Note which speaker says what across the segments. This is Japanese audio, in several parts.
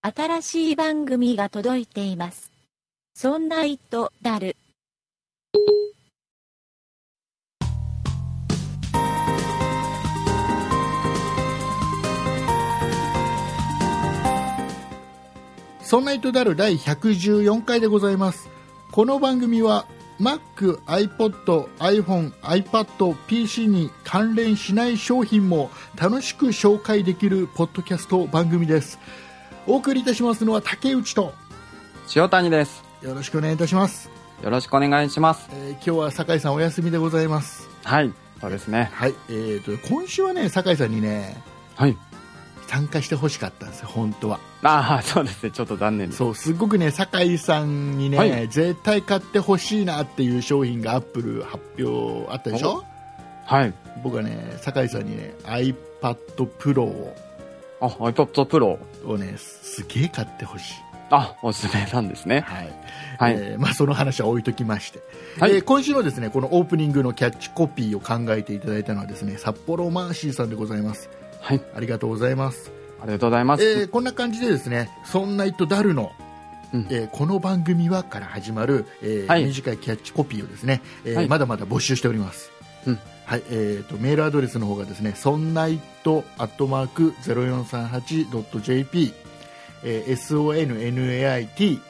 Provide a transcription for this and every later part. Speaker 1: 新しい番組が届いています。そんな糸だる。
Speaker 2: そんな糸である第114回でございます。この番組は Mac、iPod、iPhone、iPad、PC に関連しない商品も楽しく紹介できるポッドキャスト番組です。お送りいたしますのは竹内と
Speaker 3: 塩谷です。
Speaker 2: よろしくお願いいたします。
Speaker 3: よろしくお願いします。
Speaker 2: えー今日は酒井さんお休みでございます。
Speaker 3: はい。そうですね。
Speaker 2: はい、えー、と今週はね酒井さんにね
Speaker 3: はい。
Speaker 2: 参加してほしかったんですよ本当は。
Speaker 3: あ あ、そうですね。ちょっと残念です。
Speaker 2: そうすっごくね酒井さんにね、
Speaker 3: はい
Speaker 2: 絶対買ってほしいなっていう商品がアップル発表あったでしょ
Speaker 3: はい。
Speaker 2: 僕はね酒井さんにね iPadPro を
Speaker 3: あ、iPod Pro。
Speaker 2: をねすげえ買ってほしい、
Speaker 3: あ、おすすめなんですね。
Speaker 2: はい
Speaker 3: はい
Speaker 2: えーまあ、その話は置いときまして、
Speaker 3: はい
Speaker 2: えー今週のですねこのオープニングのキャッチコピーを考えていただいたのはですね札幌マーシーさんでございます
Speaker 3: はい。
Speaker 2: ありがとうございます
Speaker 3: ありがとうございます。
Speaker 2: えーこんな感じでですね「そんな糸だるの」
Speaker 3: うん
Speaker 2: えーこの番組はから始まる、えー
Speaker 3: はい
Speaker 2: 短いキャッチコピーをですね、えー
Speaker 3: はい
Speaker 2: まだまだ募集しております、
Speaker 3: うん
Speaker 2: はいえー、とメールアドレスの方がですねそんな糸アットマーク 0438.jp、えー sonnait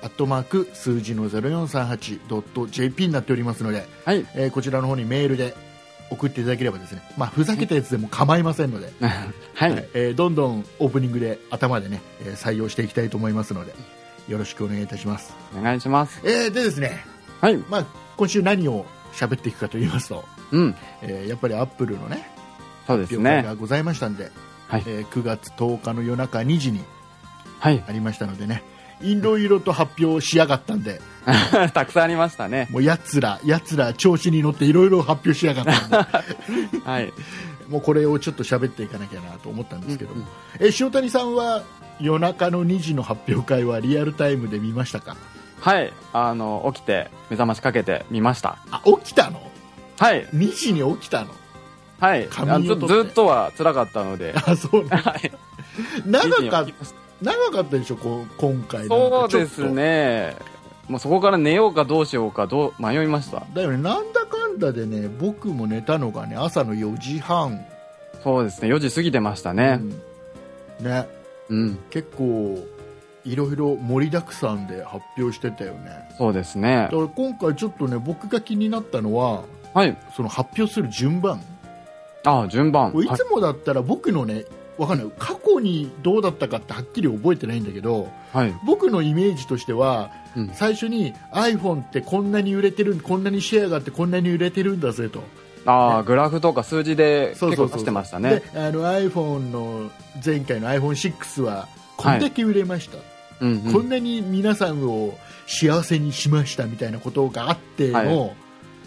Speaker 2: アットマーク数字の 0438.jp になっておりますので、
Speaker 3: はい。
Speaker 2: えーこちらの方にメールで送っていただければですね、まあ、ふざけたやつでも構いませんので、
Speaker 3: はい。
Speaker 2: えーどんどんオープニングで頭でね、えー採用していきたいと思いますのでよろしくお願いいたします、
Speaker 3: お願いします。
Speaker 2: えーでですね、
Speaker 3: はい。
Speaker 2: まあ、今週何を喋っていくかと言いますと、
Speaker 3: うん。
Speaker 2: えーやっぱりアップルのね
Speaker 3: そうです
Speaker 2: 業界
Speaker 3: ね。
Speaker 2: がございましたんで
Speaker 3: はい
Speaker 2: えー9月10日の夜中2時に
Speaker 3: はい。
Speaker 2: ありましたのでねいろいろと発表しやがったんで
Speaker 3: たくさんありましたね。
Speaker 2: もうやつらやつら調子に乗っていろいろ発表しやがった んで
Speaker 3: はい。
Speaker 2: もうこれをちょっと喋っていかなきゃなと思ったんですけども、
Speaker 3: うんうん
Speaker 2: えー塩谷さんは夜中の2時の発表会はリアルタイムで見ましたか
Speaker 3: はい。あの、起きて、目覚ましかけてみました。
Speaker 2: あ起きたの
Speaker 3: はい。
Speaker 2: 2時に起きたの
Speaker 3: はい。
Speaker 2: 仮
Speaker 3: あ
Speaker 2: 眠を
Speaker 3: ず
Speaker 2: 取って
Speaker 3: ずっとは辛かったの で。
Speaker 2: あそうなの
Speaker 3: はい。
Speaker 2: 長か
Speaker 3: 一気に起きました
Speaker 2: 長かったでしょこう今回なん
Speaker 3: そ
Speaker 2: か
Speaker 3: う
Speaker 2: ちょ
Speaker 3: で
Speaker 2: っと
Speaker 3: すね。もうそこから寝ようかどうしようかどう迷いました。
Speaker 2: だよねなんだかんだでね僕も寝たのがね朝の4時半、
Speaker 3: そうですね。4時過ぎてましたね
Speaker 2: う。んね
Speaker 3: うん。
Speaker 2: 結構いろいろ盛りだくさんで発表してたよね
Speaker 3: そうですね
Speaker 2: だか。ら今回ちょっとね僕が気になったのは
Speaker 3: はい。
Speaker 2: その発表する順番
Speaker 3: ああ、順番。
Speaker 2: これい
Speaker 3: はい
Speaker 2: つもだったら僕のねわかんない過去にどうだったかってはっきり覚えてないんだけど
Speaker 3: はい。
Speaker 2: 僕のイメージとしては
Speaker 3: うん。
Speaker 2: 最初に iPhone ってこんなに売れてるこんなにシェアがあってこんなに売れてるんだぜと
Speaker 3: ああ、グラフとか数字で
Speaker 2: そう
Speaker 3: 結
Speaker 2: そ
Speaker 3: 構
Speaker 2: うそう
Speaker 3: 出してましたね。
Speaker 2: であの iPhone の前回の iPhone6 はこんだけ売れました、
Speaker 3: うんう
Speaker 2: こん
Speaker 3: ん。
Speaker 2: なに皆さんを幸せにしましたみたいなことがあっての、
Speaker 3: は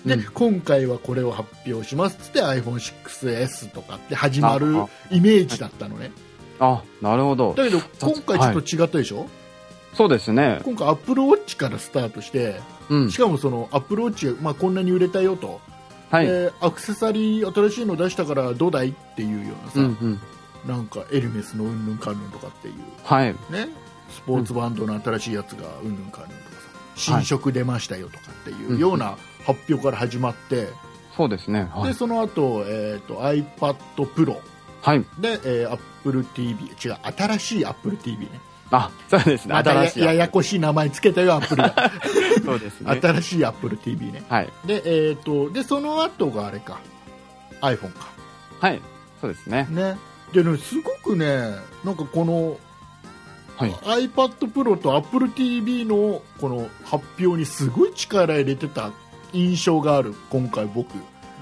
Speaker 2: で
Speaker 3: うん
Speaker 2: 今回はこれを発表しますっつって iPhone6S とかって始まる
Speaker 3: あ
Speaker 2: イメージだったのね
Speaker 3: あ、なるほど。
Speaker 2: だけど今回ちょっと違ったでしょ、
Speaker 3: そうですね。
Speaker 2: 今回 AppleWatch からスタートして
Speaker 3: うん
Speaker 2: し。かもその AppleWatch が、まあ、こんなに売れたよと
Speaker 3: はい。うん
Speaker 2: でアクセサリー新しいの出したからどうだいっていうようなさ、
Speaker 3: うん。
Speaker 2: なんかエルメスのうんぬんかんぬんとかっていう
Speaker 3: はい。
Speaker 2: ねスポーツバンドの新しいやつがうんぬんかんぬんとかさ新色出ましたよとかっていうような発表から始まって、
Speaker 3: そうですね。は
Speaker 2: で
Speaker 3: い。
Speaker 2: その後、えー、と iPadPro
Speaker 3: はい。
Speaker 2: で、えー AppleTV 違う新しい AppleTV ね
Speaker 3: あ、そうですね。
Speaker 2: また
Speaker 3: 新
Speaker 2: や
Speaker 3: しい。
Speaker 2: ややこしい名前つけたよ Apple が
Speaker 3: そうです ね。
Speaker 2: 新しい AppleTV ね
Speaker 3: はい。
Speaker 2: で,、えー、とでその後があれか iPhone か
Speaker 3: はい。そうですね。
Speaker 2: ね、でねすごくねなんかこの
Speaker 3: はい。
Speaker 2: iPadPro と AppleTV のこの発表にすごい力入れてた印象がある今回僕、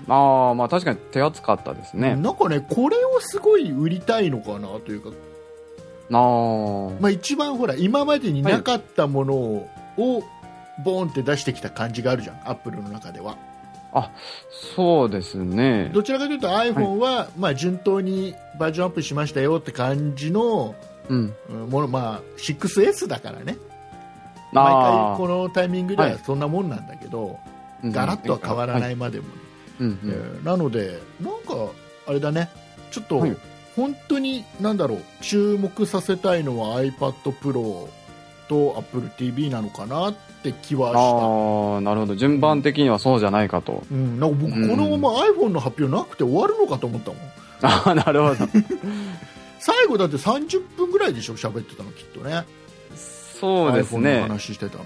Speaker 3: ああ、まあ確かに手厚かったですね。
Speaker 2: なんかねこれをすごい売りたいのかなというか、
Speaker 3: ああ。
Speaker 2: まあ、一番ほら今までになかったものを、ボーンって出してきた感じがあるじゃんアップルの中では
Speaker 3: そうですね。
Speaker 2: どちらかというと iPhone は、まあ、順当にバージョンアップしましたよって感じの
Speaker 3: うん。
Speaker 2: うんものまあ 6S だからね毎
Speaker 3: あ
Speaker 2: 回
Speaker 3: あ
Speaker 2: このタイミングで
Speaker 3: は
Speaker 2: はいそんなもんなんだけど、ガラッとは変わら
Speaker 3: い。
Speaker 2: ないまでもね、
Speaker 3: うんうん
Speaker 2: えーなのでなんかあれだねちょっと
Speaker 3: はい
Speaker 2: 本本当になんだろう注目させたいのは iPad Pro と Apple TV なのかなって気はし
Speaker 3: ああ、なるほど。順番的にはそうじゃない かと。
Speaker 2: た、うん、なんか僕
Speaker 3: うん
Speaker 2: このまま iPhone の発表なくて終わるのかと思ったもん
Speaker 3: ああ、なるほど。
Speaker 2: 最後だって30分ぐらいでしょ喋ってたのきっとね
Speaker 3: そうです
Speaker 2: iPhone の
Speaker 3: ね。
Speaker 2: 話してたの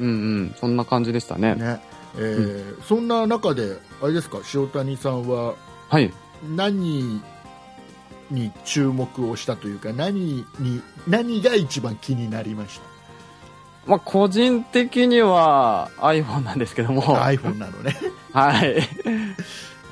Speaker 3: うんうん。そんな感じでしたね。
Speaker 2: ね、えーそんな中であれですか塩谷さんは
Speaker 3: はい。
Speaker 2: 何に注目をしたというか何に何が一番気になりまし
Speaker 3: まあ、個人的には iPhone なんですけども。
Speaker 2: た
Speaker 3: はい。
Speaker 2: iPhone なのね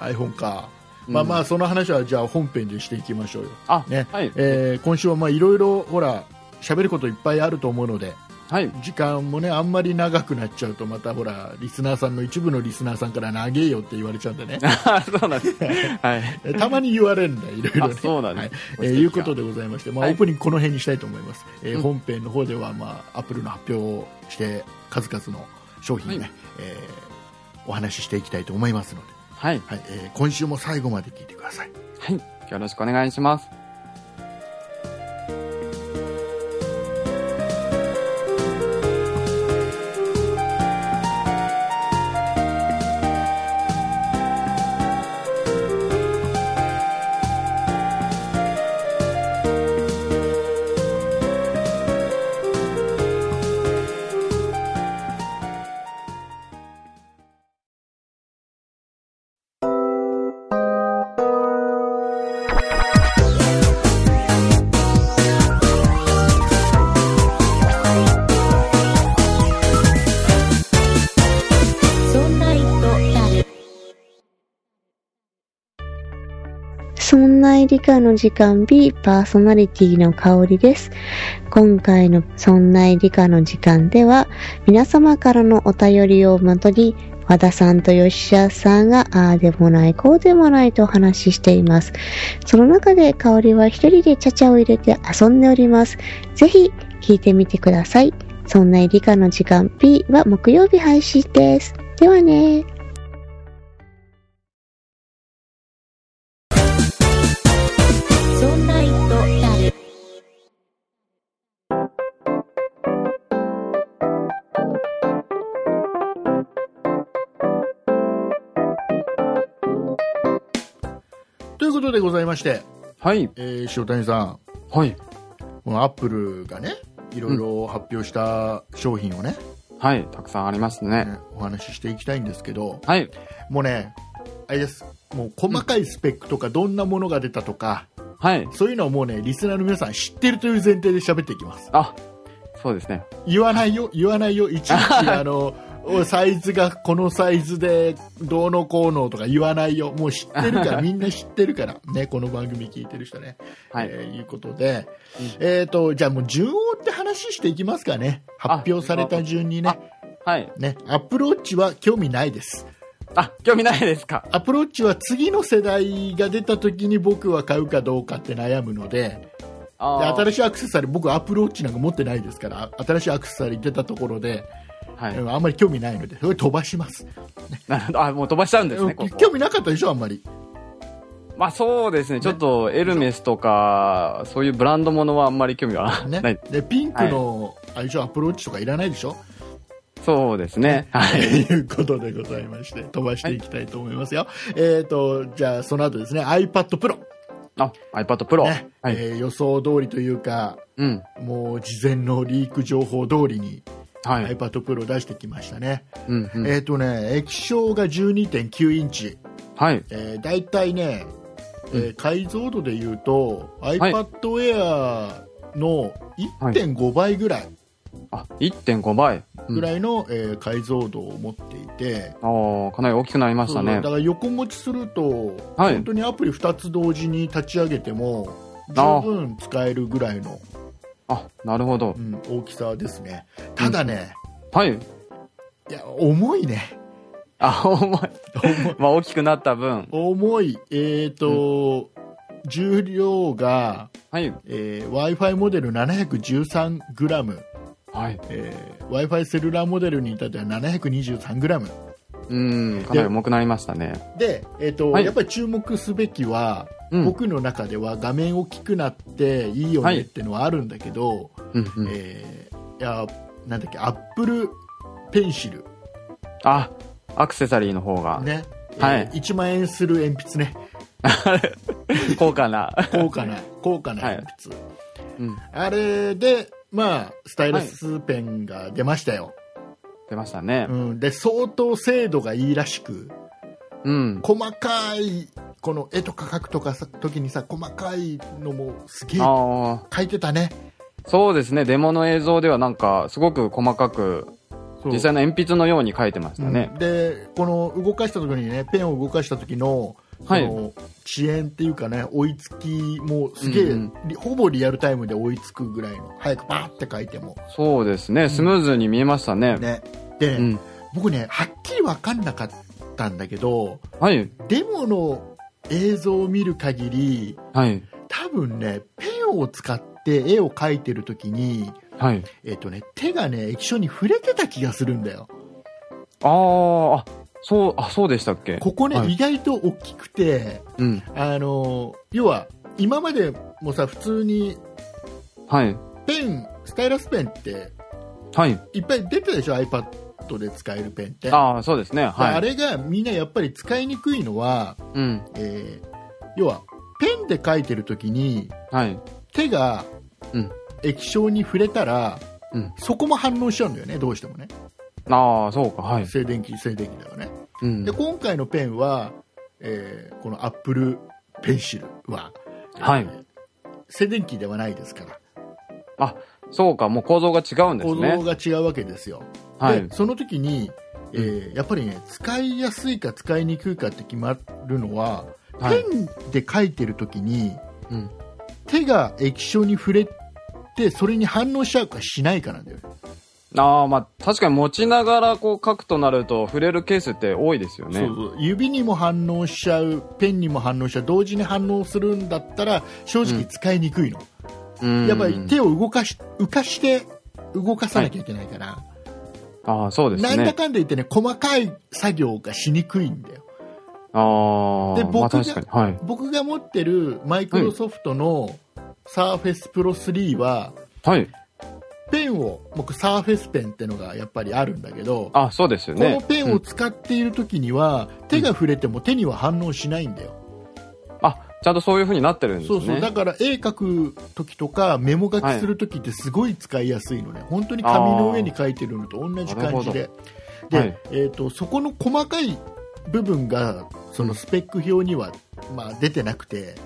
Speaker 2: iPhone か、まあま
Speaker 3: あ。
Speaker 2: あその話はじゃあ本編でしていきましょうよ、
Speaker 3: あ、
Speaker 2: ね
Speaker 3: はい。
Speaker 2: えー今週はまあいろいろほら喋ることいっぱいあると思うので
Speaker 3: はい。
Speaker 2: 時間もねあんまり長くなっちゃうとまたほらリスナーさんの一部のリスナーさんから長えよって言われちゃうんでね
Speaker 3: あそうなんです。はい。
Speaker 2: えたまに言われるんだいろいろ
Speaker 3: あ、
Speaker 2: ね
Speaker 3: そうなん
Speaker 2: はい
Speaker 3: で
Speaker 2: え
Speaker 3: す。
Speaker 2: ーいうことでございまして、まあ、
Speaker 3: は
Speaker 2: オ
Speaker 3: い
Speaker 2: ープニングこの辺にしたいと思います、えー
Speaker 3: うん
Speaker 2: 本編の方では、まあ、アップルの発表をして数々の商品ね、
Speaker 3: はい
Speaker 2: えーお話ししていきたいと思いますので、
Speaker 3: はい。
Speaker 2: はいえー今週も最後まで聞いてください
Speaker 3: はい。よろしくお願いします。
Speaker 1: そんな糸だる、
Speaker 4: そんな理科の時間 B パーソナリティの香りです。今回のそんな理科の時間では皆様からのお便りをまとに和田さんと吉田さんがああでもないこうでもないとお話ししています。その中で香りは一人でちゃちゃを入れて遊んでおります。ぜひ聞いてみてください。そんな理科の時間 B は木曜日配信です。ではね。
Speaker 1: そんな糸だる、
Speaker 2: ということでございまして、
Speaker 3: はい。
Speaker 2: えー塩谷さん
Speaker 3: はい。
Speaker 2: このアップルがねいろいろ発表した商品をね、
Speaker 3: はい。たくさんありましたね。
Speaker 2: ねお話ししていきたいんですけど
Speaker 3: はい。
Speaker 2: もうねあれですもう細かいスペックとかどんなものが出たとか、
Speaker 3: はい。
Speaker 2: そういうのはもうねリスナーの皆さん知ってるという前提で喋っていきます
Speaker 3: あ、そうですね。
Speaker 2: 言わないよ、言わないよ、いち いちあのおサイズがこのサイズでどうのこうのとか言わないよ、もう知ってる から、みんな知ってるから、ね、この番組聞いてる人ね。
Speaker 3: はい。
Speaker 2: えーいうことで、えー、とじゃあもう順を追って話していきますかね、発表された順にね、
Speaker 3: はい。
Speaker 2: ねアップローチは興味ないです。
Speaker 3: あ、興味ないですか
Speaker 2: アップローチは次の世代が出た時に僕は買うかどうかって悩むので、
Speaker 3: あ
Speaker 2: で
Speaker 3: ー
Speaker 2: 新しいアクセサリー、僕、アップローチなんか持ってないですから、新しいアクセサリー出たところで、
Speaker 3: は
Speaker 2: う
Speaker 3: い。
Speaker 2: んあんまり興味ないので、それ飛ばします。
Speaker 3: なるほど。あ、もう飛ばしちゃうんですね、ここ
Speaker 2: 興味なかったでしょ、あんまり。
Speaker 3: まあそうですね。ちょっとエルメスとか、そういうブランドものはあんまり興味は
Speaker 2: ね
Speaker 3: ない。、
Speaker 2: でピンクの、あれでしょ、アプローチとかいらないでしょ。
Speaker 3: そうですね。は
Speaker 2: と
Speaker 3: い。
Speaker 2: いうことでございまして、飛ばしていきたいと思いますよ。えっと、じゃあ、その後ですね、iPad Pro、
Speaker 3: あ、iPad Pro。
Speaker 2: ね
Speaker 3: はい。
Speaker 2: えー予想通りというか、
Speaker 3: うん。
Speaker 2: もう事前のリーク情報通りに
Speaker 3: はい。
Speaker 2: iPad Pro 出してきましたね。
Speaker 3: うん、うん。
Speaker 2: えっ、とね、液晶が12.9インチ。
Speaker 3: はい。
Speaker 2: えー、大体ね、えー解像度でいうと、iPad Air の1.5倍ぐらい
Speaker 3: あ、1.5倍。
Speaker 2: ぐ
Speaker 3: うん、あ
Speaker 2: らいの、えー解像度を持っていて、
Speaker 3: ーかなり大きくなりました
Speaker 2: そう
Speaker 3: ね
Speaker 2: だ。から横持ちすると、
Speaker 3: はい
Speaker 2: 本当にアプリ2つ同時に立ち上げても
Speaker 3: あー
Speaker 2: 十分使えるぐらいの、
Speaker 3: あ、なるほど
Speaker 2: う。ん、大きさですねただね、
Speaker 3: はい。
Speaker 2: いや重いね
Speaker 3: あ、 重い。
Speaker 2: 重い
Speaker 3: まあ大きくなった分。
Speaker 2: 重いえっ、と、重量が、
Speaker 3: はい。
Speaker 2: え w i f i モデル 713g
Speaker 3: はい。
Speaker 2: えー、w i f i セルラーモデルに至っては 723g
Speaker 3: うん。かなり重くなりましたね。
Speaker 2: で、えーと
Speaker 3: はい
Speaker 2: やっぱり注目すべきは
Speaker 3: うん
Speaker 2: 僕の中では画面大きくなっていいよ
Speaker 3: はい
Speaker 2: ねってのはあるんだけど、
Speaker 3: うんうん、
Speaker 2: えーいやなんだっけアップルペンシル
Speaker 3: あアクセサリーの方が、
Speaker 2: ね、えー
Speaker 3: はい
Speaker 2: 1万円する鉛筆ね
Speaker 3: 高 価な、
Speaker 2: 高価な高価な鉛筆、
Speaker 3: うん、
Speaker 2: あれでまあスタイルスペンが出ましたよ、
Speaker 3: 出ましたね
Speaker 2: うん、で相当精度がいいらしく
Speaker 3: うん、
Speaker 2: 細かいこの絵とか描くとかさ時にさ細かいのもすげえ
Speaker 3: ああ
Speaker 2: 描いてたね
Speaker 3: そうですねデモの映像ではなんかすごく細かく
Speaker 2: そう
Speaker 3: 実際の鉛筆のように描いてましたね
Speaker 2: うん、でこの動かした時にねペンを動かした時のそ
Speaker 3: はい
Speaker 2: の遅延っていうかね追いつきもすげえ、
Speaker 3: うん
Speaker 2: りほぼリアルタイムで追いつくぐらいの早くバーって書いても
Speaker 3: そうですねスムーズに見えましたね
Speaker 2: ねで、
Speaker 3: うん
Speaker 2: 僕ねはっきり分かんなかったんだけど
Speaker 3: はい
Speaker 2: デモの映像を見る限り
Speaker 3: はい
Speaker 2: 多分ねペンを使って絵を描いてる時に
Speaker 3: はい
Speaker 2: えっとね、手がね液晶に触れてた気がするんだよ
Speaker 3: あーあそうあそうでしたっけ
Speaker 2: ここね、
Speaker 3: はい
Speaker 2: 意外と大きくて
Speaker 3: うん
Speaker 2: あの要は今までもさ普通に
Speaker 3: はい
Speaker 2: ペンスタイラスペンって
Speaker 3: はい
Speaker 2: いっぱい出てたでしょ iPad で使えるペンって
Speaker 3: ああそうですね
Speaker 2: であ
Speaker 3: はい
Speaker 2: れがみんなやっぱり使いにくいのは、
Speaker 3: うん
Speaker 2: えー要はペンで書いてる時に
Speaker 3: はい
Speaker 2: 手が
Speaker 3: うん
Speaker 2: 液晶に触れたら、
Speaker 3: うん
Speaker 2: そこも反応しちゃうんだよねどうしてもね
Speaker 3: ああそうかはい
Speaker 2: 静電気静電気だよね
Speaker 3: うん
Speaker 2: で今回のペンは、えーこのアップルペンシルは、
Speaker 3: はい
Speaker 2: えー静電気ではないですから
Speaker 3: あそうかもう構造が違うんです
Speaker 2: 構造
Speaker 3: ね
Speaker 2: が違うわけですよ、
Speaker 3: はい
Speaker 2: でその時に、えーやっぱりね使いやすいか使いにくいかって決まるのは、
Speaker 3: はい
Speaker 2: ペンで書いてる時に
Speaker 3: うん
Speaker 2: 手が液晶に触れてそれに反応しちゃうかしないかなんだよね
Speaker 3: ああ、まあ、確かに持ちながらこう書くとなると触れるケースって多いですよね。
Speaker 2: そうそう指にも反応しちゃうペンにも反応しちゃう同時に反応するんだったら正直使いにくいの、
Speaker 3: うん
Speaker 2: やっぱり手を動かし浮かして動かさなきゃいけないから、
Speaker 3: ああ、そうです
Speaker 2: なんだ
Speaker 3: ね。
Speaker 2: かんだ言ってね細かい作業がしにくいんだよ
Speaker 3: ああ、
Speaker 2: で
Speaker 3: まあ
Speaker 2: 僕が
Speaker 3: 確かに。はい。
Speaker 2: 僕が持ってるマイクロソフトの Surface Pro 3は、
Speaker 3: はい。
Speaker 2: ペンを僕 Surface ペンってのがやっぱりあるんだけど、
Speaker 3: あそうですよ
Speaker 2: こ
Speaker 3: ね。
Speaker 2: のペン
Speaker 3: う
Speaker 2: を
Speaker 3: ん
Speaker 2: 使っている時には、手が触れても手には反応しないんだよ、
Speaker 3: あ、ちゃんとそういう風になってるんです
Speaker 2: そ
Speaker 3: ね。
Speaker 2: うそうだから絵描く時とかメモ書きする時ってすごい使いやすいのね、本当に紙の上に書いてるのと同じ感じ
Speaker 3: な
Speaker 2: で
Speaker 3: る
Speaker 2: で、
Speaker 3: はい
Speaker 2: えー、とそこの細かい部分がそのスペック表には、まあ、出てなくて、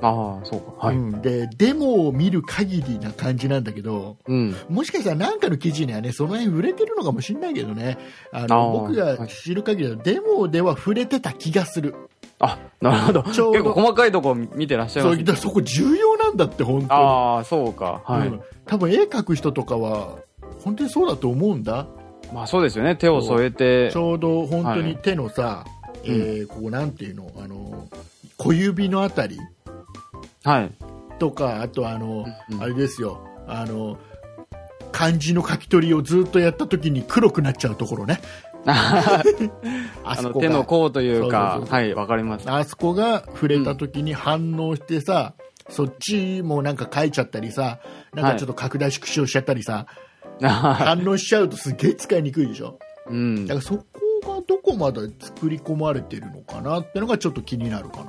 Speaker 3: ああ、そうか。はい。
Speaker 2: う
Speaker 3: うん。
Speaker 2: ん、でデモを見る限りな感じなんだけどもしかしたら何かの記事にはねその辺触れてるのかもしれないけどねあの
Speaker 3: あー
Speaker 2: 僕が知る限りはデモでは触れてた気がする、
Speaker 3: あ、なるほど。
Speaker 2: ちょうど
Speaker 3: 結構細かいとこ見てらっしゃい
Speaker 2: そ
Speaker 3: ま
Speaker 2: う
Speaker 3: す、
Speaker 2: だ
Speaker 3: ね
Speaker 2: か。らそこ重要なんだって本当に。
Speaker 3: ああ、そうか。はい。
Speaker 2: うん多分絵描く人とかは本当にそうだと思うんだ
Speaker 3: まあそうですよね。手を添えて
Speaker 2: ち。ょうど本当
Speaker 3: は
Speaker 2: に
Speaker 3: い
Speaker 2: 手のさ、えーここなんていうのあの小指のあたり
Speaker 3: はい。
Speaker 2: とかあとあの、
Speaker 3: うんうん
Speaker 2: あれですよあの漢字の書き取りをずっとやった時に黒くなっちゃうところ ねあ
Speaker 3: あ
Speaker 2: そ
Speaker 3: の
Speaker 2: こ
Speaker 3: 手の
Speaker 2: が
Speaker 3: 甲という
Speaker 2: そう
Speaker 3: か
Speaker 2: そう、そう
Speaker 3: はい、わかります。
Speaker 2: あそこが触れた時に反応してさ、そっちもなんか書いちゃったりさなんかちょっと拡大縮小しちゃったりさ、反応しちゃうとすげえ使いにくいでしょ
Speaker 3: うん
Speaker 2: だか。らそこがどこまで作り込まれてるのかなってのがちょっと気になるか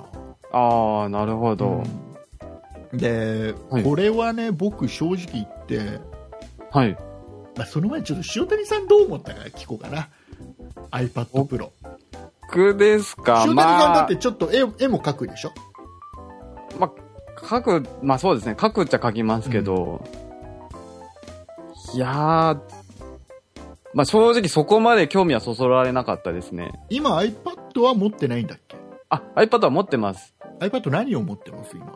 Speaker 3: ああ、なるほ
Speaker 2: な。
Speaker 3: ど。
Speaker 2: うんで、
Speaker 3: はい
Speaker 2: これはね僕正直言って、
Speaker 3: はい。
Speaker 2: まあ、その前にちょっと塩谷さんどう思ったか聞こうかな iPad Pro
Speaker 3: 僕ですか。
Speaker 2: 塩谷さんだ
Speaker 3: ま
Speaker 2: っ
Speaker 3: あ
Speaker 2: て、ちょっと絵,、絵も描くでしょ
Speaker 3: まあ、書く、まあそうですね、書くっちゃ書きますけど、いやー、まあ正直そこまで興味はそそられなかったですね。
Speaker 2: 今 iPad は持ってないんだっけ
Speaker 3: あ、iPad は持ってます。
Speaker 2: iPad 何を持ってます今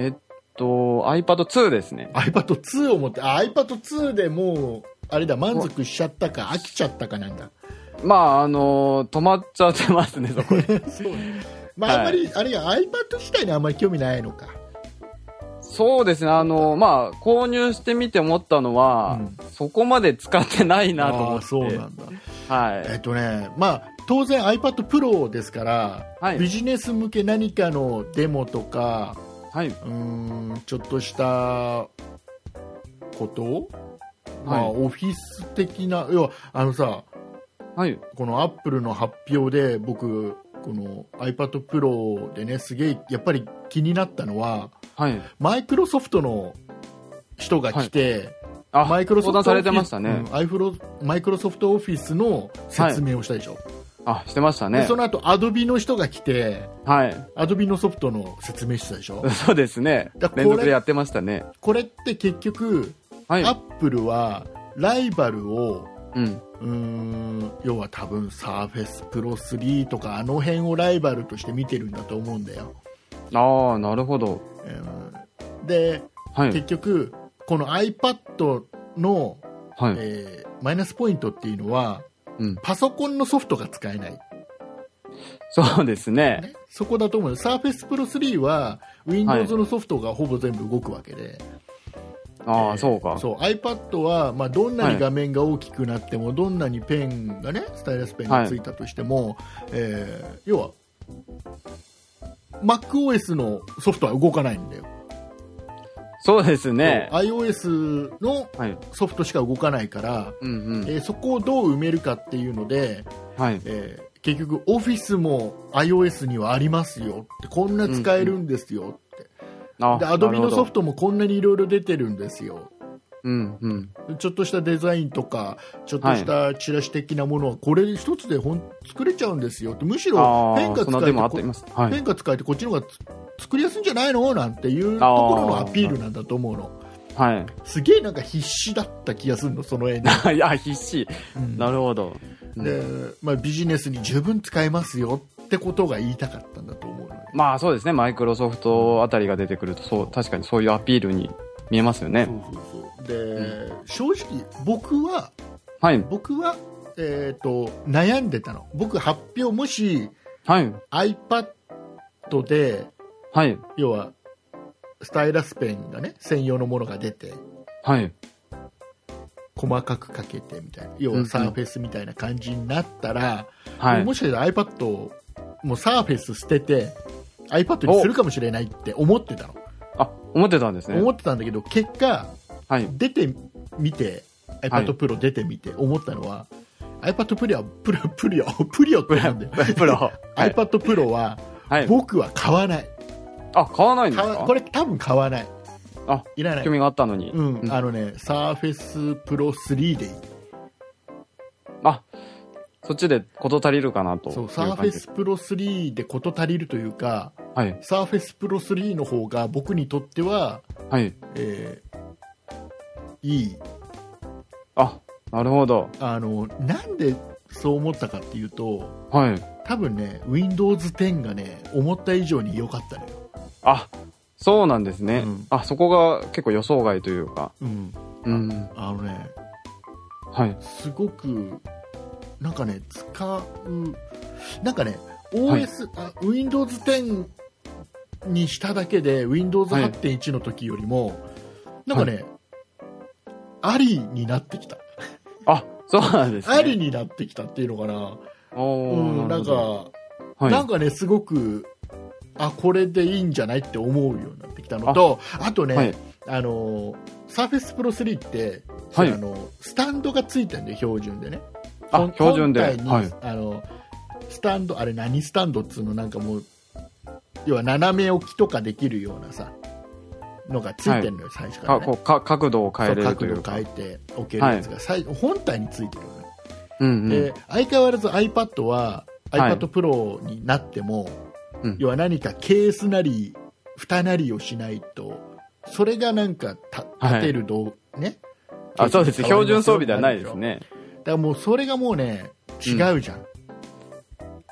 Speaker 3: えっと、iPad 2ですね。
Speaker 2: iPad2 を持ってあ iPad2 でもうあれだ満足しちゃったか飽きちゃったかなんだ
Speaker 3: まあ、あのー止まっちゃってますね、そ こで。
Speaker 2: そうねまああんまり、あれや iPad 自体にあんまり興味ないのか
Speaker 3: そうですね、あのーまあ、購入してみて思ったのは、
Speaker 2: うん
Speaker 3: そこまで使ってないなと
Speaker 2: あ
Speaker 3: 思っ
Speaker 2: あ
Speaker 3: て。
Speaker 2: そうなんだ
Speaker 3: は
Speaker 2: え
Speaker 3: い。
Speaker 2: っとねまあ当然 iPad Pro ですから、
Speaker 3: はい
Speaker 2: ビジネス向け何かのデモとか
Speaker 3: はい。
Speaker 2: うーんちょっとしたこと、まあ、
Speaker 3: は
Speaker 2: オフィス的な要はあのさ
Speaker 3: い。はい。
Speaker 2: このアップルの発表で僕この iPad Pro でねすげえやっぱり気になったのは
Speaker 3: はい。
Speaker 2: マイクロソフトの人が来て、
Speaker 3: あ
Speaker 2: マイクロソフト
Speaker 3: 相談されてましたね
Speaker 2: うんアイフロマイクロソフトオフィスの説明をしたでしょ、
Speaker 3: あ、してました
Speaker 2: で
Speaker 3: ね
Speaker 2: そ。の後アドビの人が来て
Speaker 3: はい。
Speaker 2: アドビのソフトの説明してたでしょ
Speaker 3: そうですね
Speaker 2: だ。から
Speaker 3: 連
Speaker 2: これ
Speaker 3: 続でやってましたね。
Speaker 2: これって結局、
Speaker 3: はい
Speaker 2: ア。ップルはライバルを
Speaker 3: うん。
Speaker 2: うーん要は多分サーフェスプロ3とかあの辺をライバルとして見てるんだと思うんだよ、
Speaker 3: ああ、なるほど。
Speaker 2: うんで
Speaker 3: はい。
Speaker 2: 結局この iPad の、
Speaker 3: はい。
Speaker 2: えーマイナスポイントっていうのは
Speaker 3: うん。
Speaker 2: パソコンのソフトが使えない
Speaker 3: そうですね。
Speaker 2: ね、そこだと思うよ、サーフェスプロ3は Windows のソフトがほぼ全部動くわけで、え
Speaker 3: あ
Speaker 2: ー
Speaker 3: あ、そうか。
Speaker 2: そう iPad は、まあ、どんなに画面が大きくなっても、どんなにペンがね、スタイラスペンがついたとしても、えー要は MacOS のソフトは動かないんだよ、
Speaker 3: そうですね
Speaker 2: そう。iOS の
Speaker 3: はい。
Speaker 2: ソフトしか動かないから、
Speaker 3: うんうん。
Speaker 2: えーそこをどう埋めるかっていうので、
Speaker 3: はい。
Speaker 2: えー結局、オフィスも iOS にはありますよって、こんな使えるんですよって。
Speaker 3: あ
Speaker 2: でアドビのソフ
Speaker 3: ト。
Speaker 2: トもこんなにいろいろ出てるんですよ
Speaker 3: うんうん。
Speaker 2: ちょっとしたデザインとかちょっとしたチラシ的なものはこれ一つでほん作れちゃうんですよってむしろ
Speaker 3: あ
Speaker 2: ペン
Speaker 3: あ、
Speaker 2: が
Speaker 3: そ
Speaker 2: 使
Speaker 3: の
Speaker 2: えて
Speaker 3: でもあって
Speaker 2: こ
Speaker 3: います。は
Speaker 2: ペ
Speaker 3: い。
Speaker 2: ンが使えてこっちの方がつ作りやすいんじゃないのなんていうところのアピールなんだと思うの
Speaker 3: はい。
Speaker 2: すげえなんか必死だった気がするのその絵に、
Speaker 3: あいや、 必死。
Speaker 2: うん
Speaker 3: なるほど。うん
Speaker 2: でまあ、ビジネスに十分使えますよってことが言いたかったんだと思うのね
Speaker 3: まあそうですね、マイクロソフトあたりが出てくると、そう、確かにそういうアピールに見えますよね
Speaker 2: そ。うそうそうで、正直僕は
Speaker 3: はい、
Speaker 2: 僕は、えー、と悩んでたの僕発表もし
Speaker 3: はい、
Speaker 2: iPad で
Speaker 3: はい、
Speaker 2: 要はスタイラスペンがね専用のものが出て
Speaker 3: はい、
Speaker 2: 細かくかけてみたいな要
Speaker 3: うんう
Speaker 2: は
Speaker 3: ん
Speaker 2: サーフェスみたいな感じになったら、
Speaker 3: はい
Speaker 2: も。しかしたら iPad をもうサーフェス捨てて iPad にするかもしれないって思ってたの、
Speaker 3: あ、思ってたんですね
Speaker 2: 思。ってたんだけど結果
Speaker 3: はい。
Speaker 2: 出てみて iPad Pro 出てみて思ったのは、iPad Pro はプロプリオ プリオってなんだよ
Speaker 3: プロ。はい。
Speaker 2: iPad Pro は
Speaker 3: はい。
Speaker 2: 僕は買わない、
Speaker 3: あ、買わないんです
Speaker 2: 買わ
Speaker 3: か
Speaker 2: これ多分買わない
Speaker 3: あ
Speaker 2: いらない
Speaker 3: 興味があったのに。
Speaker 2: うん
Speaker 3: うん
Speaker 2: あのねサーフェスプロ3でいい
Speaker 3: あ、そっちで事足りるかなと。
Speaker 2: そうサー
Speaker 3: いう
Speaker 2: フ
Speaker 3: 感
Speaker 2: ェ
Speaker 3: じです
Speaker 2: スプロ3で事足りるというか
Speaker 3: はい、
Speaker 2: サーフェスプロ3の方が僕にとっては、
Speaker 3: はい。
Speaker 2: えーいい
Speaker 3: あ、なるほど。
Speaker 2: あのなんでそう思ったかっていうと
Speaker 3: はい。
Speaker 2: 多分ね Windows 10がね思った以上に良かったのよ、
Speaker 3: あ、そうなんですね
Speaker 2: うん。
Speaker 3: あ、そこが結構予想外というか。
Speaker 2: うん、
Speaker 3: うん。
Speaker 2: あのね
Speaker 3: はい。
Speaker 2: すごくなんかね使うなんかね OS、あ Windows 10にしただけで Windows
Speaker 3: はい
Speaker 2: 8.1の時よりも、なんかね、ありになってきた、
Speaker 3: あ、そうなんですね。
Speaker 2: ありになってきたっていうのかな、
Speaker 3: お
Speaker 2: う
Speaker 3: ー
Speaker 2: ん、なんか、
Speaker 3: るほど
Speaker 2: な
Speaker 3: は
Speaker 2: んかねすごくあこれでいいんじゃないって思うようになってきたのとあとね、
Speaker 3: い。はい。
Speaker 2: あの Surface Pro 3って、
Speaker 3: はい
Speaker 2: あのスタンドがついてるんで標準でね
Speaker 3: あ
Speaker 2: 本
Speaker 3: 標準で
Speaker 2: 本体に、
Speaker 3: はい
Speaker 2: あのスタンドあれ何スタンドっつうのなんかもう要は斜め置きとかできるようなさのがついてるのよ、最初から、
Speaker 3: か
Speaker 2: ね、
Speaker 3: こうか角度を変えれ
Speaker 2: そう
Speaker 3: ると
Speaker 2: 角
Speaker 3: い
Speaker 2: 度
Speaker 3: うか。
Speaker 2: 変えて置けるやつが、最本体についてるのよ、
Speaker 3: うんうん
Speaker 2: で相変わらず iPad は
Speaker 3: はい
Speaker 2: iPad Pro になっても、
Speaker 3: うん
Speaker 2: 要は何かケースなり蓋なりをしないとそれがなんかた立てるどう、ね
Speaker 3: あそうです
Speaker 2: ケースに変わりま
Speaker 3: 標準
Speaker 2: すよ
Speaker 3: 装備ではないですね
Speaker 2: だからもうそれがもうね違うじゃん、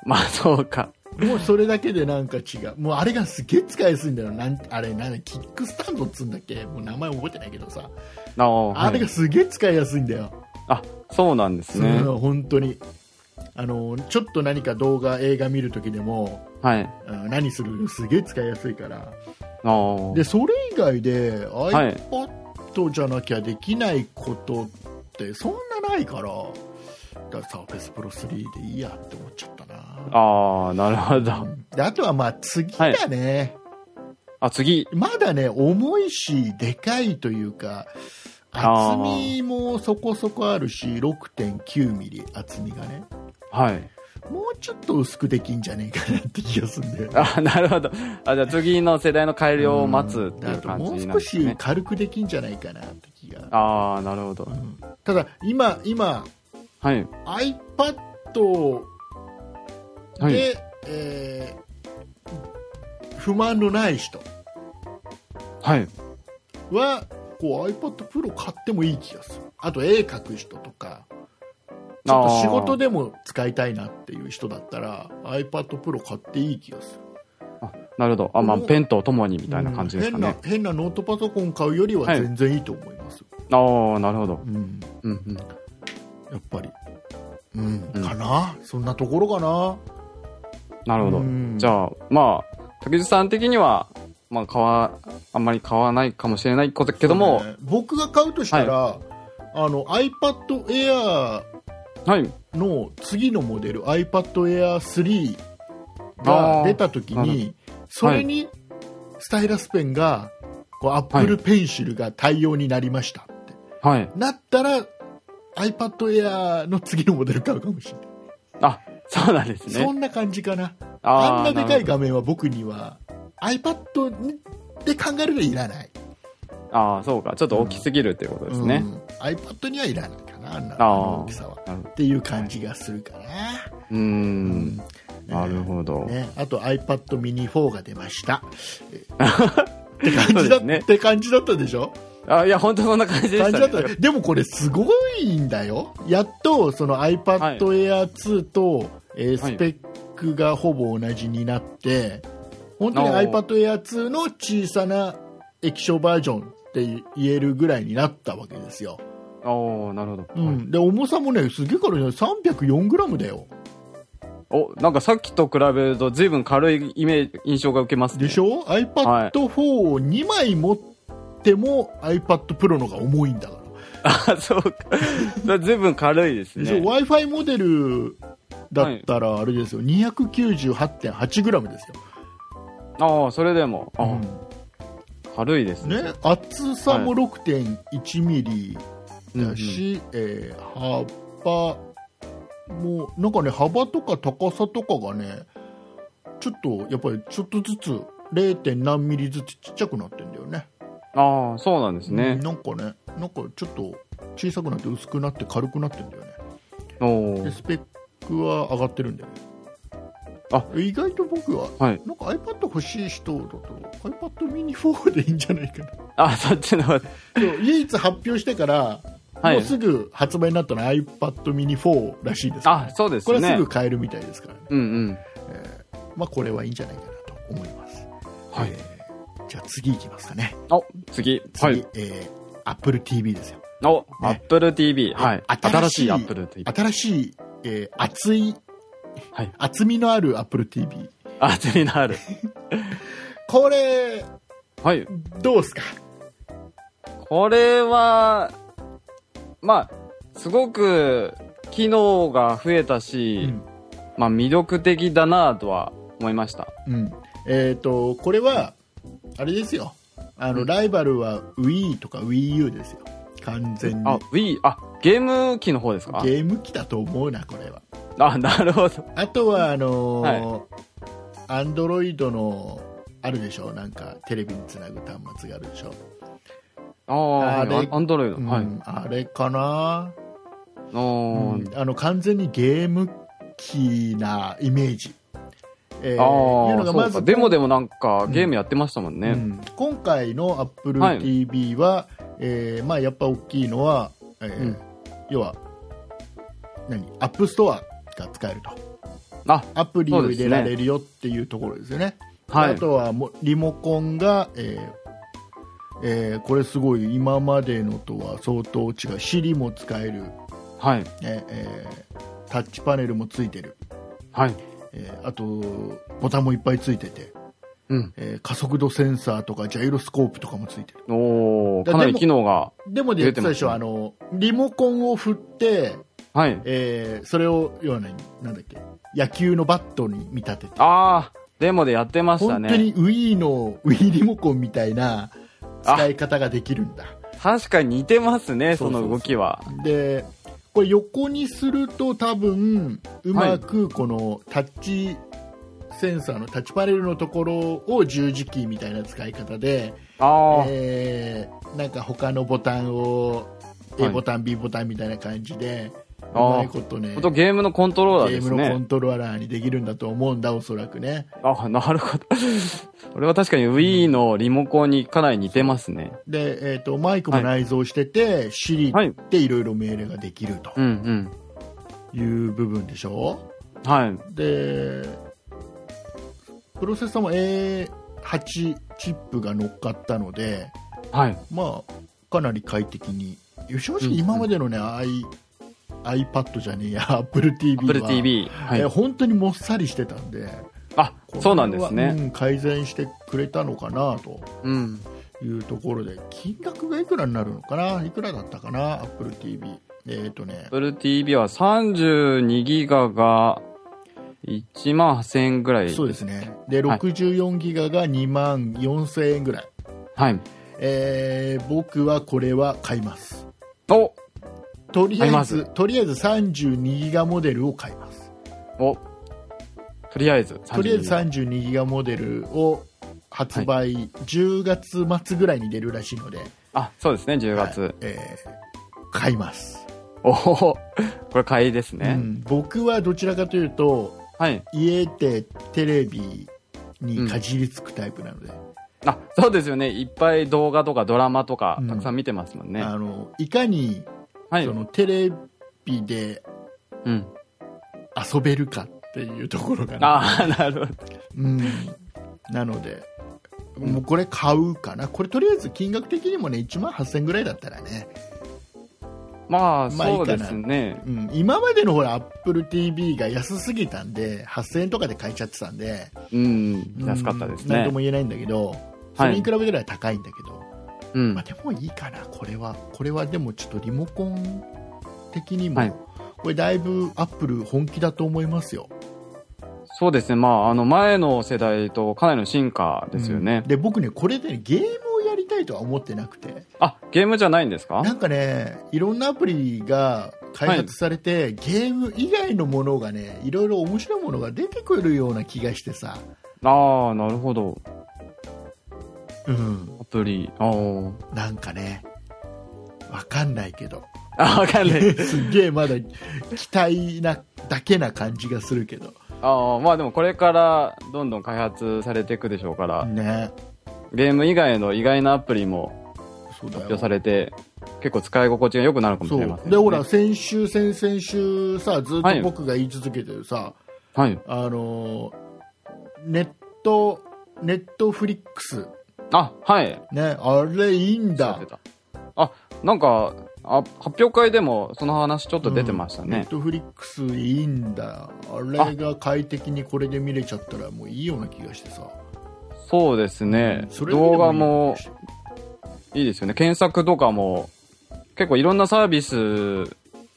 Speaker 3: まあそうか
Speaker 2: もうそれだけでなんか違う。もうあれがすげえ使いやすいんだよ。なんあれ、なんだキックスタンドっつうんだっけもう名前覚えてないけどさ。
Speaker 3: ああ,、はい
Speaker 2: あれがすげえ使いやすいんだよ。
Speaker 3: あそうなんですね
Speaker 2: うん本当に。あの、ちょっと何か動画、映画見るときでも、
Speaker 3: はい
Speaker 2: うん何するすげえ使いやすいから。
Speaker 3: ああ
Speaker 2: で、それ以外で
Speaker 3: い
Speaker 2: iPod じゃなきゃできないことってそんなないから、からサーフェスプロ3でいいやって思っちゃったな
Speaker 3: ああ、なるほど。
Speaker 2: であとはまあ次だね、
Speaker 3: あ、次。
Speaker 2: まだね重いしでかいというか
Speaker 3: あ
Speaker 2: 厚
Speaker 3: ー
Speaker 2: みもそこそこあるし6 9ミリ厚みがね
Speaker 3: はい。
Speaker 2: もうちょっと薄くできんじゃねえかなって気がするんだよね
Speaker 3: あなるほど。あ、じゃあ次の世代の改良を待つってい
Speaker 2: だ
Speaker 3: う
Speaker 2: から
Speaker 3: 感
Speaker 2: もう
Speaker 3: じな
Speaker 2: 少
Speaker 3: んです
Speaker 2: し
Speaker 3: ね。
Speaker 2: 軽くできんじゃないかなって気が、
Speaker 3: ああ、なるほど
Speaker 2: う。んただ今今
Speaker 3: はい。
Speaker 2: iPad で、
Speaker 3: はい。
Speaker 2: えー不満のない人
Speaker 3: はい。
Speaker 2: はこう iPad Pro 買ってもいい気がするあと絵描く人とかちょっと仕事でも使いたいなっていう人だったら iPad Pro 買っていい気がする
Speaker 3: なるほど。あ、まあ、
Speaker 2: うん
Speaker 3: ペンとともにみたいな感じですか
Speaker 2: うん
Speaker 3: ね。
Speaker 2: 変な変なノートパソコン買うよりは
Speaker 3: はい
Speaker 2: 全然いいと思います、
Speaker 3: ああ、なるほど。
Speaker 2: うん、
Speaker 3: うんうん。
Speaker 2: やっぱり、うん
Speaker 3: うん
Speaker 2: かなそんなところかな
Speaker 3: なるほど
Speaker 2: うん。
Speaker 3: じゃあ、まあ、竹内さん的には、まあ、買わ、あんまり買わないかもしれないことけども、
Speaker 2: そうね僕が買うとしたら、あの iPad Air
Speaker 3: はい。
Speaker 2: の次のモデル iPad Air 3が出た時
Speaker 3: あーな
Speaker 2: にそれにスタイラスペンがこう Apple Pencil が対応になりましたって、
Speaker 3: はい。
Speaker 2: なったら iPad Air の次のモデル買うかもしれない、
Speaker 3: あ、そうなんです
Speaker 2: そ
Speaker 3: ね。
Speaker 2: んな感じかな
Speaker 3: あ
Speaker 2: あ
Speaker 3: ー
Speaker 2: んなでかい
Speaker 3: る
Speaker 2: 画面は僕には iPad で考えるといらない
Speaker 3: ほどああ、そうか。ちょっと大きすぎるっていうことですね
Speaker 2: う。ん iPad にはいらないかなあんなあ
Speaker 3: あー
Speaker 2: の大きさは
Speaker 3: なる
Speaker 2: っていう感じがするかな、
Speaker 3: うーん。なる
Speaker 2: ど
Speaker 3: ほど。
Speaker 2: ね、あと iPad mini 4が出ま した。えーって感じだ
Speaker 3: そうですね
Speaker 2: って感じだったでしょ
Speaker 3: あ、いや、本当そんな感じで
Speaker 2: 感
Speaker 3: し
Speaker 2: じだ
Speaker 3: た
Speaker 2: った
Speaker 3: ね。
Speaker 2: でもこれすごいんだよ。やっとその iPad Air 2と、えー
Speaker 3: はい
Speaker 2: スペックがほぼ同じになって、本当に
Speaker 3: おー
Speaker 2: iPad Air 2の小さな液晶バージョンって言えるぐらいになったわけですよ。
Speaker 3: おー、なるほど。
Speaker 2: う
Speaker 3: はい
Speaker 2: ん、で重さもね、すげえ軽いね、304g だよ。
Speaker 3: お、なんかさっきと比べると随分軽いイメージ、印象が受けますね。
Speaker 2: でしょ、
Speaker 3: はい
Speaker 2: iPad4 を2枚持っても iPadPro のが重いんだから、
Speaker 3: あ、 そうか。それ随分軽いです
Speaker 2: でしょ
Speaker 3: ね。
Speaker 2: w i f i モデルだったらあれですよ、298.8g ですよ、
Speaker 3: ああ、それでも。あー
Speaker 2: うん
Speaker 3: 軽いですね。
Speaker 2: ね、厚さも 6.1mm だし、えー幅もなんかね幅とか高さとかがねちょっとやっぱりちょっとずつ 0. 何ミリずつちっちゃくなってんだよね
Speaker 3: ああ、そうなんです
Speaker 2: うん
Speaker 3: ね。
Speaker 2: なんかねなんかちょっと小さくなって薄くなって軽くなってんだよね
Speaker 3: お
Speaker 2: で
Speaker 3: ー
Speaker 2: スペックは上がってるんだよね
Speaker 3: あ
Speaker 2: 意外と僕は
Speaker 3: はい。
Speaker 2: なんか iPad 欲しい人だと iPad mini4 でいいんじゃないかな
Speaker 3: あ、そっちの方。
Speaker 2: そう唯一発表してから、
Speaker 3: はい
Speaker 2: もうすぐ発売になったのは iPad mini4 らしいですから
Speaker 3: あ、そうです
Speaker 2: こ
Speaker 3: ね。
Speaker 2: れはすぐ買えるみたいですからね、
Speaker 3: うんうん。
Speaker 2: まあ、これはいいんじゃないかなと思います、
Speaker 3: はい
Speaker 2: えーじゃあ次いきますかね
Speaker 3: お、次。
Speaker 2: 次、
Speaker 3: はい。
Speaker 2: えー、Apple TV ですよ
Speaker 3: お、Apple TV。はい。
Speaker 2: 新
Speaker 3: 新
Speaker 2: し
Speaker 3: し
Speaker 2: い
Speaker 3: い Apple TV。
Speaker 2: 新しい、えー厚い、
Speaker 3: はい
Speaker 2: 厚みのある Apple TV
Speaker 3: あ、厚みのある。
Speaker 2: これ
Speaker 3: はい。
Speaker 2: どうですか
Speaker 3: これは、まあ、すごく、機能が増えた
Speaker 2: う
Speaker 3: し、
Speaker 2: ん、
Speaker 3: まあ魅力的だなぁとは思いました。
Speaker 2: うんえっ、とこれはあれですよあの、
Speaker 3: うん
Speaker 2: ライバルは Wii とか WiiU ですよ完全に
Speaker 3: あ、Wii、あ、ゲーム機の方ですか
Speaker 2: ゲーム機だと思うなこれは
Speaker 3: あ、なるほど。
Speaker 2: あとはあのー Android のあるでしょなんかテレビにつなぐ端末があるでしょ、
Speaker 3: ああ、
Speaker 2: あれ
Speaker 3: はいアンドロイド。
Speaker 2: うん
Speaker 3: はい。
Speaker 2: あれかな
Speaker 3: おー
Speaker 2: あの完全にゲーム機なイメージ、えー
Speaker 3: あ
Speaker 2: い
Speaker 3: あ、
Speaker 2: うのが
Speaker 3: そ
Speaker 2: ま
Speaker 3: う
Speaker 2: ず
Speaker 3: か。でもでもなんか、
Speaker 2: うん
Speaker 3: ゲームやってましたもん
Speaker 2: う
Speaker 3: ね。
Speaker 2: ん今回の AppleTV は、えーまあ、やっぱ大きいのは、えー
Speaker 3: うん
Speaker 2: 要は何アップストアが使えると
Speaker 3: あ、
Speaker 2: アプリ
Speaker 3: そ
Speaker 2: を
Speaker 3: う
Speaker 2: 入
Speaker 3: ですね
Speaker 2: れられるよっていうところですよね
Speaker 3: は
Speaker 2: あ
Speaker 3: い。
Speaker 2: とはもうリモコンが、えーえーこれすごい今までのとは相当違う Siri も使える、
Speaker 3: はい。
Speaker 2: えーえータッチパネルもついてる
Speaker 3: はい。
Speaker 2: えーあとボタンもいっぱいついてて、
Speaker 3: うん。
Speaker 2: えー加速度センサーとかジャイロスコープとかもついてる
Speaker 3: おー
Speaker 2: だ
Speaker 3: かな
Speaker 2: で
Speaker 3: り
Speaker 2: も
Speaker 3: 機能が。
Speaker 2: でもねやってたでしょ、
Speaker 3: 出
Speaker 2: あ
Speaker 3: て
Speaker 2: のリモコンを振って
Speaker 3: はい。
Speaker 2: えーそれを要は何なんだっけ野球のバットに見立てて
Speaker 3: ああ、デモでやってました
Speaker 2: 本当
Speaker 3: ね。
Speaker 2: に Wii の Wii リモコンみたいな使い方ができるんだ
Speaker 3: 確かに似てますね、
Speaker 2: そ
Speaker 3: そう
Speaker 2: そうそう
Speaker 3: の動きは。
Speaker 2: でこれ横にすると多分うまくこのタッチセンサーのタッチパネルのところを十字キーみたいな使い方で、
Speaker 3: ああ、
Speaker 2: えーなんか他のボタンを
Speaker 3: は
Speaker 2: A
Speaker 3: い
Speaker 2: ボタン、B ボタンみたいな感じでう
Speaker 3: あー
Speaker 2: まいことね
Speaker 3: 本当ゲームのコントローラー
Speaker 2: ゲ
Speaker 3: で
Speaker 2: ーム
Speaker 3: す
Speaker 2: のコン
Speaker 3: ね。
Speaker 2: トローラーにできるんだと思うんだおそらくね
Speaker 3: あなるほど。 それは確かに Wii のリモコンにかなり似てますね。
Speaker 2: で、えー、とマイクも内蔵してて、Siri
Speaker 3: はい
Speaker 2: っていろいろ命令ができると
Speaker 3: うん
Speaker 2: いう部分でしょ、
Speaker 3: うん。はい。
Speaker 2: でプロセッサーも A8 チップが乗っかったので、
Speaker 3: はい。
Speaker 2: まあ、かなり快適に正
Speaker 3: うんう
Speaker 2: 直
Speaker 3: ん
Speaker 2: 今までの、ね I、iPad じゃねえや AppleTV は
Speaker 3: Apple TV。は
Speaker 2: え
Speaker 3: い。
Speaker 2: 本当にもっさりしてたんで
Speaker 3: あ、そうなんです
Speaker 2: これは
Speaker 3: ね。
Speaker 2: うん改善してくれたのかなと
Speaker 3: うん。
Speaker 2: いうところで金額がいくらになるのかないくらだったかな AppleTV えっ、とね
Speaker 3: Apple TV は32ギガが1万8000円ぐらい。
Speaker 2: そうですねで
Speaker 3: はい
Speaker 2: 64ギガが2万4000円ぐらい
Speaker 3: はい。
Speaker 2: えー僕はこれは買います
Speaker 3: お
Speaker 2: とりあ
Speaker 3: 買い
Speaker 2: え
Speaker 3: ま
Speaker 2: ず
Speaker 3: す
Speaker 2: とりあえず32ギガモデルを買います
Speaker 3: おとりあえず。
Speaker 2: とりあえず
Speaker 3: 32
Speaker 2: 32ギガモデルを発売、10月末ぐらいに出るらしいので
Speaker 3: あ、そうですね、10月。
Speaker 2: はいえー買います、
Speaker 3: おお これ買いですね。
Speaker 2: うん僕はどちらかというと
Speaker 3: はい。
Speaker 2: 家でテレビにかじりつくタイプなので、
Speaker 3: あ、そうですよね。いっぱい動画とかドラマとか
Speaker 2: うん、
Speaker 3: たくさん見てますもんね。
Speaker 2: あのいかに
Speaker 3: はい。
Speaker 2: そうのテレビで
Speaker 3: ん。
Speaker 2: 遊べるかっていうところがな
Speaker 3: ああ、なるほど。
Speaker 2: うん、なので、もうこれ買うかな、これとりあえず金額的にもね、1万8000ぐらいだったらね、
Speaker 3: まあ、
Speaker 2: まあいい
Speaker 3: そ
Speaker 2: かな
Speaker 3: うですね。
Speaker 2: うん、今までのほら、AppleTV が安すぎたんで、8000円とかで買えちゃってたんで、
Speaker 3: うん。
Speaker 2: うん
Speaker 3: 安かったです
Speaker 2: なん
Speaker 3: ね
Speaker 2: と。も言えないんだけど、それに比べたら高いんだけど、
Speaker 3: うん
Speaker 2: まあ、。でもいいかな、これは、これはでもちょっとリモコン的にも、
Speaker 3: はい
Speaker 2: これだいぶ Apple 本気だと思いますよ。
Speaker 3: そうですね。まあ、あの、前の世代とかなりの進化ですよね
Speaker 2: うん。で、僕ね、これでね、ゲームをやりたいとは思ってなくて。
Speaker 3: あ、ゲームじゃないんですか
Speaker 2: なんかね、いろんなアプリが開発されて、ゲーム以外のものがね、いろいろ面白いものが出てくるような気がしてさ、
Speaker 3: ああ、なるほど。
Speaker 2: うん、
Speaker 3: アプリ。あー
Speaker 2: なんかね、わかんないけど、
Speaker 3: あ、わかんない。
Speaker 2: すっげえまだ期待なだけな感じがするけど、
Speaker 3: ああ、まあでもこれからどんどん開発されていくでしょうから、
Speaker 2: ね、
Speaker 3: ゲーム以外の意外なアプリも
Speaker 2: そうだ
Speaker 3: 発表さ
Speaker 2: よ。
Speaker 3: れて、結構使い心地が良くなるかもし
Speaker 2: そ
Speaker 3: れません、
Speaker 2: う
Speaker 3: ね。
Speaker 2: でほら、先週、先々週さ、ずっ
Speaker 3: は
Speaker 2: と
Speaker 3: い
Speaker 2: 僕が言い続けてるさ、
Speaker 3: はい。
Speaker 2: あのネット、ネットフリックス、
Speaker 3: あ、はい。
Speaker 2: ね、あれいいんだ
Speaker 3: 出。たあ、なんか、あ発表会でもその話ちょっと出てました
Speaker 2: ネッ
Speaker 3: ね。
Speaker 2: トフリックスいいんだあれが快適にこれで見れちゃったらもういいような気がしてさ、
Speaker 3: そうですね。
Speaker 2: それ見ていい
Speaker 3: 動
Speaker 2: よ
Speaker 3: 画
Speaker 2: うな気
Speaker 3: も
Speaker 2: がして
Speaker 3: いいですよね。検索とかも、結構いろんなサービス、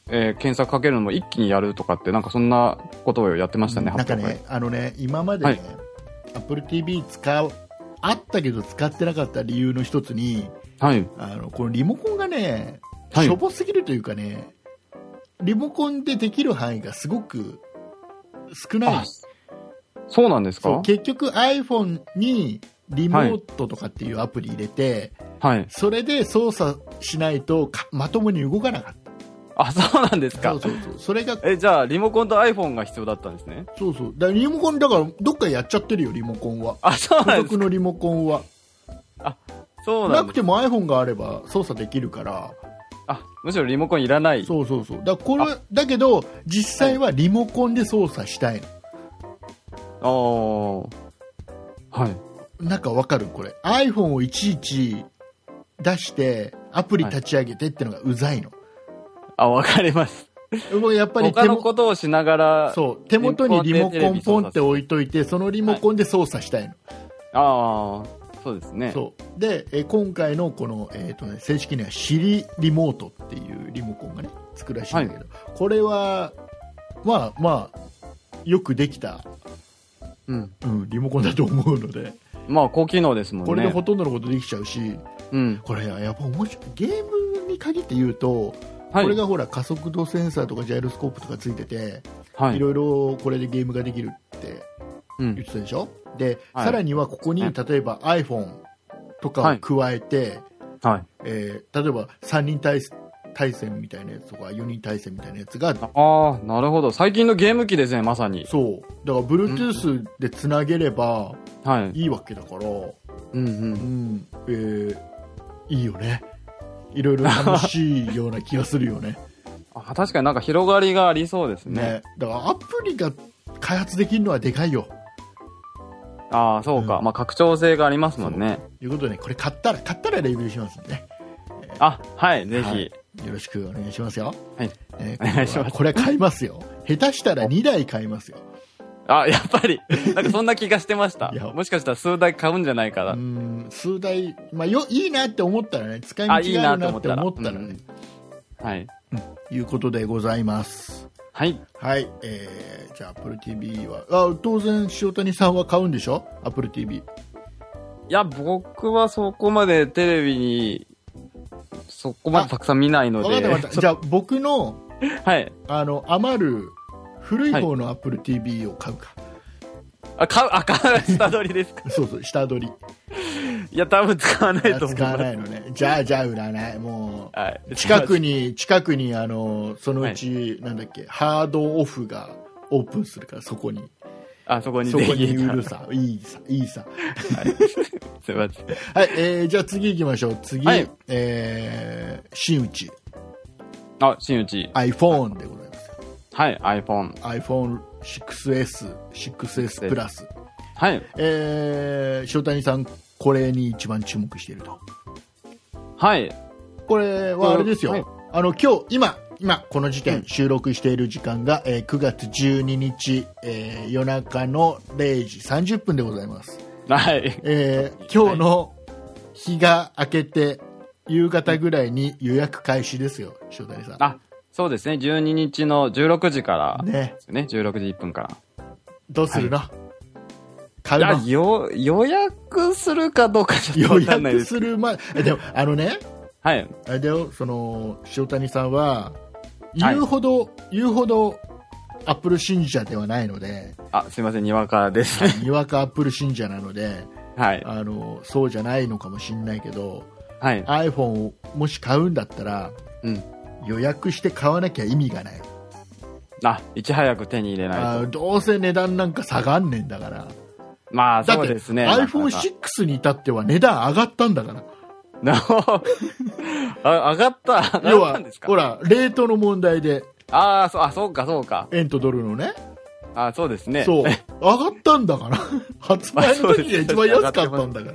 Speaker 3: えー検索かけるのも一気にやるとかって、なんかそんなことをやってましたね、
Speaker 2: なん
Speaker 3: 発
Speaker 2: か
Speaker 3: 表会。
Speaker 2: ねあのね今までね、AppleTV 使うあったけど使ってなかった理由の一つに
Speaker 3: はい。
Speaker 2: あのこのリモコンがね
Speaker 3: はい
Speaker 2: しょぼすぎるというかね、リモコンでできる範囲がすごく少な
Speaker 3: あ
Speaker 2: い、
Speaker 3: そうなんです
Speaker 2: そう
Speaker 3: か
Speaker 2: 結局 iPhone にリモートとかっていうアプリ入れて、
Speaker 3: はい。
Speaker 2: それで操作しないとかまともに動かなかっ
Speaker 3: あ、そうなんです
Speaker 2: た。
Speaker 3: か
Speaker 2: そう。そうそう。それが、
Speaker 3: え、じゃあ、リモコンと iPhone が必要だったんですね。
Speaker 2: そうそう。だからリモコン、だからどっかやっちゃってるよ、リモコンは。
Speaker 3: あ、そうな
Speaker 2: 付
Speaker 3: んです
Speaker 2: 属のリモコンは。
Speaker 3: そうな
Speaker 2: なん
Speaker 3: で
Speaker 2: く
Speaker 3: す。
Speaker 2: ても iPhone があれば操作できるから。
Speaker 3: あ、むしろリモコンいらない。
Speaker 2: そうそうそう。だからこれ、だけど、実際はリモコンで操作したいの。
Speaker 3: あーはい。
Speaker 2: なんかわかるこれ。iPhone をいちいち出して、アプリ立ち上げてってのがうざいの。
Speaker 3: あ、わかります。
Speaker 2: 僕はやっぱり
Speaker 3: 他
Speaker 2: 手
Speaker 3: の
Speaker 2: も
Speaker 3: ことをしながら、
Speaker 2: そう手元にリモコンポンって置いといて、そのリモコンで操作したいの。
Speaker 3: ああ、そうですね。
Speaker 2: そうで、えー今回のこの、えーとね、正式には Siri リモートっていうリモコンが、ね、つくらしいんだけど、これはまあまあよくできた、
Speaker 3: うん。
Speaker 2: うん、リモコンだと思うので
Speaker 3: まあ、高機能ですもんね。
Speaker 2: これでほとんどのことできちゃうし
Speaker 3: うん。
Speaker 2: これやっぱ面白いゲームに限って言うと、
Speaker 3: はい。
Speaker 2: これがほら加速度センサーとかジャイロスコープとかついてて、、
Speaker 3: はいい。
Speaker 2: ろいろこれでゲームができるって
Speaker 3: う
Speaker 2: 言っ
Speaker 3: ん。
Speaker 2: てたでしょで、
Speaker 3: はい
Speaker 2: さらにはここに
Speaker 3: はい
Speaker 2: 例えば iPhone とかを加えて、
Speaker 3: はい。
Speaker 2: えー例えば3人対対戦みたいなやつとか4人対戦みたいなやつが
Speaker 3: ああ、なるほど。最近のゲーム機ですね、まさに。
Speaker 2: そうだから Bluetooth でつなげれば
Speaker 3: はい。
Speaker 2: いいわけだから、
Speaker 3: うんう。
Speaker 2: うんんえーいいよねいろいろ楽しいような気がするよね
Speaker 3: あ確かになんか広がりがありそうです ね。
Speaker 2: ねだからアプリが開発できるのはでかいよ
Speaker 3: ああ、そうか。
Speaker 2: うん
Speaker 3: まあ、拡張性がありますもんね。
Speaker 2: ということでねこれ買ったら買ったらレビューしますんでね
Speaker 3: あ、はい、ぜひ。
Speaker 2: はいよろしくお願いしますよ。
Speaker 3: はい
Speaker 2: えー
Speaker 3: お願いします
Speaker 2: これは買いますよ。下手したら2台買いますよ。
Speaker 3: あ、やっぱり。なんかそんな気がしてました
Speaker 2: いや。
Speaker 3: もしかしたら数台買うんじゃないか
Speaker 2: う
Speaker 3: な。
Speaker 2: ん、数台、まあよ、いいなって思ったらね、使い
Speaker 3: あ、
Speaker 2: 道
Speaker 3: いい
Speaker 2: があ
Speaker 3: な
Speaker 2: る
Speaker 3: と
Speaker 2: な
Speaker 3: 思
Speaker 2: っ
Speaker 3: ってた
Speaker 2: 思った
Speaker 3: ら。
Speaker 2: らね、
Speaker 3: うんはい。
Speaker 2: いうことでございます。
Speaker 3: はい。
Speaker 2: はい、えー、じゃあ Apple TV は、あ、当然塩谷さんは買うんでしょ ?Apple TV。
Speaker 3: いや、僕はそこまでテレビに、そこまでたくさん見ないの
Speaker 2: わ
Speaker 3: で。
Speaker 2: かったわかった。じゃあ僕の、
Speaker 3: はい。
Speaker 2: あの、余る古い方の Apple TV を買うか。
Speaker 3: あ、買う、 あ、買う、下取りですか。
Speaker 2: そうそう、下取 り。
Speaker 3: いや、多分使わないと思い
Speaker 2: 使わ
Speaker 3: ま
Speaker 2: な
Speaker 3: す。
Speaker 2: いのね。じゃあ、じゃあ売らない。もう。
Speaker 3: はい。
Speaker 2: 近くに、近くに、あの、そのうち、なんだっけ、ハードオフがオープンするから、そこに。
Speaker 3: あ、そこに
Speaker 2: そ
Speaker 3: ぜ
Speaker 2: こ
Speaker 3: ひ。
Speaker 2: に売るさ。いいさ、いいさ。
Speaker 3: すいません。
Speaker 2: はい、えー、じゃあ次行きましょう。次、
Speaker 3: はい
Speaker 2: えー、新内、
Speaker 3: あ、新内。
Speaker 2: iPhone でございます。
Speaker 3: はい、iPhone。
Speaker 2: iPhone6S、6S プラス。
Speaker 3: はい。
Speaker 2: えー、塩谷さん、これに一番注目していると。
Speaker 3: はい。
Speaker 2: これはあれですよ、
Speaker 3: はい
Speaker 2: あの今日今今この時点、収録している時間が、えー9月12日、えー夜中の0時30分でございます、
Speaker 3: はい。
Speaker 2: えー今日の日が明けて夕方ぐらいに予約開始ですよ塩谷さん
Speaker 3: あ、そうですね。12日の16時からで
Speaker 2: ね
Speaker 3: すね。16時1分か
Speaker 2: どうするの、買
Speaker 3: ら。
Speaker 2: う
Speaker 3: いや
Speaker 2: の、
Speaker 3: よ、予約するかどうかちょっと
Speaker 2: 予
Speaker 3: わかんない
Speaker 2: 約
Speaker 3: です。
Speaker 2: する前えでもあのね
Speaker 3: はい。
Speaker 2: あれだよその塩谷さんは
Speaker 3: はい
Speaker 2: 言うほど、言うほどアップル信者ではないので
Speaker 3: あ、すいません。にわかです。
Speaker 2: にわかアップル信者なので
Speaker 3: はい。
Speaker 2: あのそうじゃないのかもしれないけど
Speaker 3: はい。
Speaker 2: iPhone をもし買うんだったら
Speaker 3: うん。
Speaker 2: 予約して買わなきゃ意味がない、
Speaker 3: あ、いち早く手に入れない
Speaker 2: あ
Speaker 3: と。
Speaker 2: どうせ値段なんか下がんねんだから
Speaker 3: まあ、
Speaker 2: だ
Speaker 3: そ
Speaker 2: っ
Speaker 3: う
Speaker 2: て、
Speaker 3: ですね。
Speaker 2: iPhone6 に至っては値段上がったんだから
Speaker 3: なかなか あ、上がった。上
Speaker 2: 要
Speaker 3: がった
Speaker 2: は
Speaker 3: んですか
Speaker 2: ほらレートの問題で
Speaker 3: ああ、そう、あ、そうか、そうか。
Speaker 2: 円とドルのね
Speaker 3: あそうですね。
Speaker 2: そう上がったんだから 発売の時が一番安かったんだか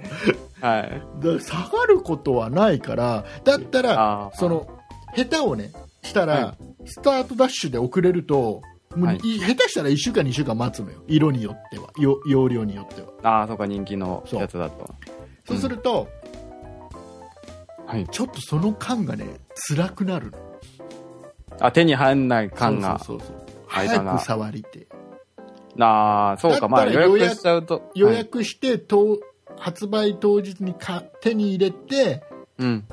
Speaker 2: ら
Speaker 3: はい。
Speaker 2: だ下がることはないからだったら
Speaker 3: あー
Speaker 2: その下手をねしたら、
Speaker 3: は
Speaker 2: スタートダッシュで遅れるともう、
Speaker 3: はい
Speaker 2: い下手したら1週間2週間待つのよ色によってはよ容量によっては
Speaker 3: ああ、そうか、人気のやつだと。
Speaker 2: そうすると、
Speaker 3: はい。
Speaker 2: ちょっとその感がね辛くなるの
Speaker 3: あ、手に入んない感が。
Speaker 2: そうそうそうそう
Speaker 3: あれだな
Speaker 2: 早く触りて
Speaker 3: ああ、そうか、まあ
Speaker 2: だったら
Speaker 3: 予約しちゃうと。
Speaker 2: 予
Speaker 3: はい
Speaker 2: 約して、と発売当日にか手に入れて
Speaker 3: うん。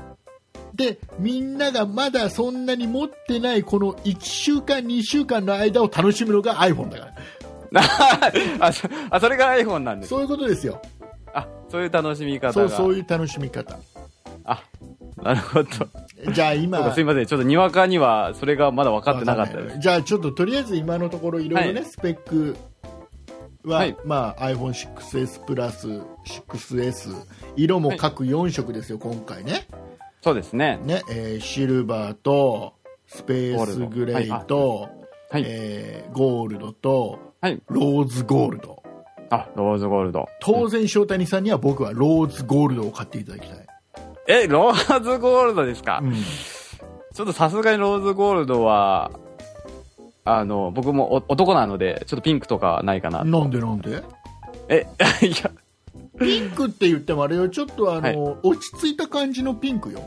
Speaker 2: でみんながまだそんなに持ってないこの1週間2週間の間を楽しむのが iPhone だから
Speaker 3: あ、そあそれが iPhone なんです。
Speaker 2: そういうことですよ
Speaker 3: あ、そういう楽しみ方が。
Speaker 2: そうそういう楽しみ方
Speaker 3: あ、なるほど。そう
Speaker 2: じゃあ今
Speaker 3: かすいません。ちょっとにわかには、それがまだ分かってなかった
Speaker 2: わ
Speaker 3: で
Speaker 2: かん
Speaker 3: す
Speaker 2: な。いじゃあちょっととりあえず今のところいろいろね、
Speaker 3: はい
Speaker 2: スペックは、
Speaker 3: はい
Speaker 2: まあ、iPhone6S プラス 6S 色も各4色ですよ、今回ね
Speaker 3: そうですね。
Speaker 2: ね、えーシルバーとスペースグレーと、
Speaker 3: はいはい
Speaker 2: えーゴールドと
Speaker 3: はい。
Speaker 2: ローズゴールド
Speaker 3: あ、ローズゴールド。
Speaker 2: 当然塩谷さんには僕はローズゴールドを買っていただきたい、
Speaker 3: え、ローズゴールドですか、
Speaker 2: うん
Speaker 3: ちょっとさすがにローズゴールドは、あの、僕もお男なので、ちょっとピンクとかはないかな。
Speaker 2: なんでなんで
Speaker 3: え、 いや、
Speaker 2: ピンクって言ってもあれよちょっとあの、落ち着いた感じのピンクよ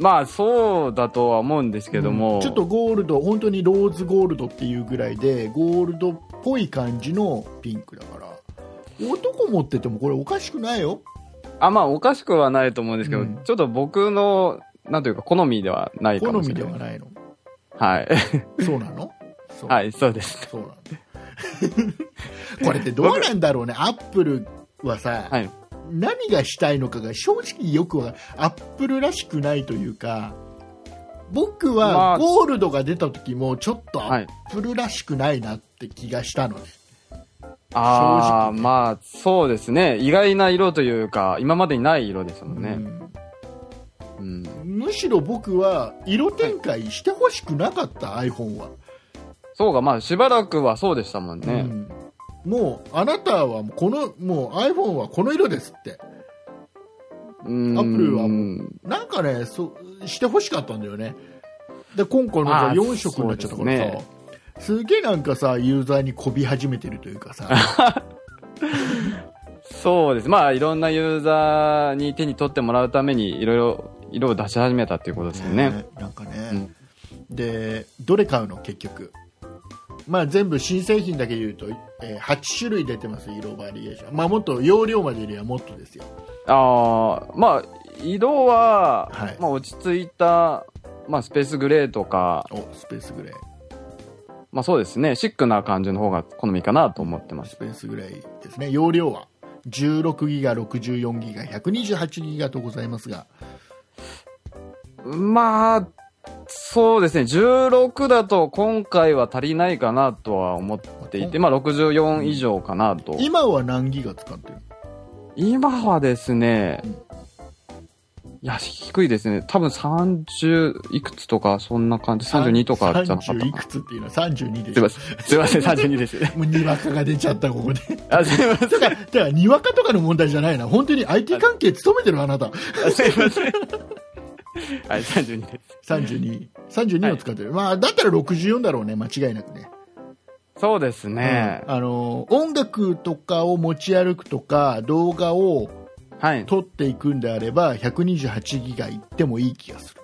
Speaker 3: まあ、そうだとは思うんですけども。
Speaker 2: うんちょっとゴールド本当にローズゴールドっていうぐらいでゴールドっぽい感じのピンクだから男持っててもこれおかしくないよ
Speaker 3: あ、まあ、おかしくはないと思うんですけど、
Speaker 2: うん
Speaker 3: ちょっと僕の、なんというか、好みではないか
Speaker 2: 好
Speaker 3: もし
Speaker 2: みで
Speaker 3: れない。
Speaker 2: はないの
Speaker 3: はい。
Speaker 2: そうなのそう
Speaker 3: はい、そうです。
Speaker 2: そうなのこれってどうなんだろうねアップルはさ、
Speaker 3: はい
Speaker 2: 何がしたいのかが正直よくはアップルらしくないというか僕
Speaker 3: ま
Speaker 2: は
Speaker 3: あ
Speaker 2: ゴールドが出た時もちょっとア
Speaker 3: はい
Speaker 2: ッ。プルらしくないなって気がしたのね、正
Speaker 3: ああ、
Speaker 2: 直
Speaker 3: まあ、そうですね。意外な色というか、今までにない色ですもん
Speaker 2: う
Speaker 3: ね。
Speaker 2: ん
Speaker 3: うん。
Speaker 2: むしろ僕は色展開してほしくなかった、iPhone は、
Speaker 3: そうか、まあ、しばらくはそうでしたもんね。
Speaker 2: うんもうあなたはこのもう iPhone はこの色ですって
Speaker 3: うん。
Speaker 2: アップルはもう
Speaker 3: うん
Speaker 2: なんかねそうしてほしかったんだよねで今回の
Speaker 3: あー
Speaker 2: 4色になっちゃったからさ
Speaker 3: そう
Speaker 2: す,、
Speaker 3: ですね
Speaker 2: げえなんかさユーザーにこび始めてるというかさ
Speaker 3: そうです。まあ、いろんなユーザーに手に取ってもらうために、いろいろ色を出し始めたっていうことですよ ね。
Speaker 2: ねなんかね、でどれ買うの結局まあ全部新製品だけ言うと、えー8種類出てます色バリエーションまあもっと容量までよりはもっとですよ
Speaker 3: ああ、まあ、色は、
Speaker 2: はい
Speaker 3: まあ、落ち着いた、まあ、スペースグレーとか、
Speaker 2: おスペースグレー
Speaker 3: まあ、そうですね。シックな感じの方が好みかなと思ってます
Speaker 2: ス。ペースぐらいですね容量は16ギガ64ギガ128ギガとございますが
Speaker 3: まあ、そうですね。16だと今回は足りないかなとは思っていて、まあ、64以上かなと。
Speaker 2: 今は何ギガ使ってる
Speaker 3: 今はですね
Speaker 2: うん、
Speaker 3: いや、低いですね。多分30いくつとか、そんな感じ。32とかじゃなかったか
Speaker 2: 30い
Speaker 3: な
Speaker 2: く。つっていうのは32です
Speaker 3: いま
Speaker 2: す
Speaker 3: せん。すいません、32です。
Speaker 2: もうに わかが出ちゃったここで
Speaker 3: あ、すいません。
Speaker 2: だからだからにわかとかの問題じゃないな本当に IT 関係勤めてるあなた
Speaker 3: すいません。はい、32です。
Speaker 2: 3232を使ってる、まあだったら64だろうね間違いなくね
Speaker 3: そうですね。
Speaker 2: うんあの音楽とかを持ち歩くとか動画を
Speaker 3: はい。
Speaker 2: 撮っていくんであれば128ギガいってもいい気がする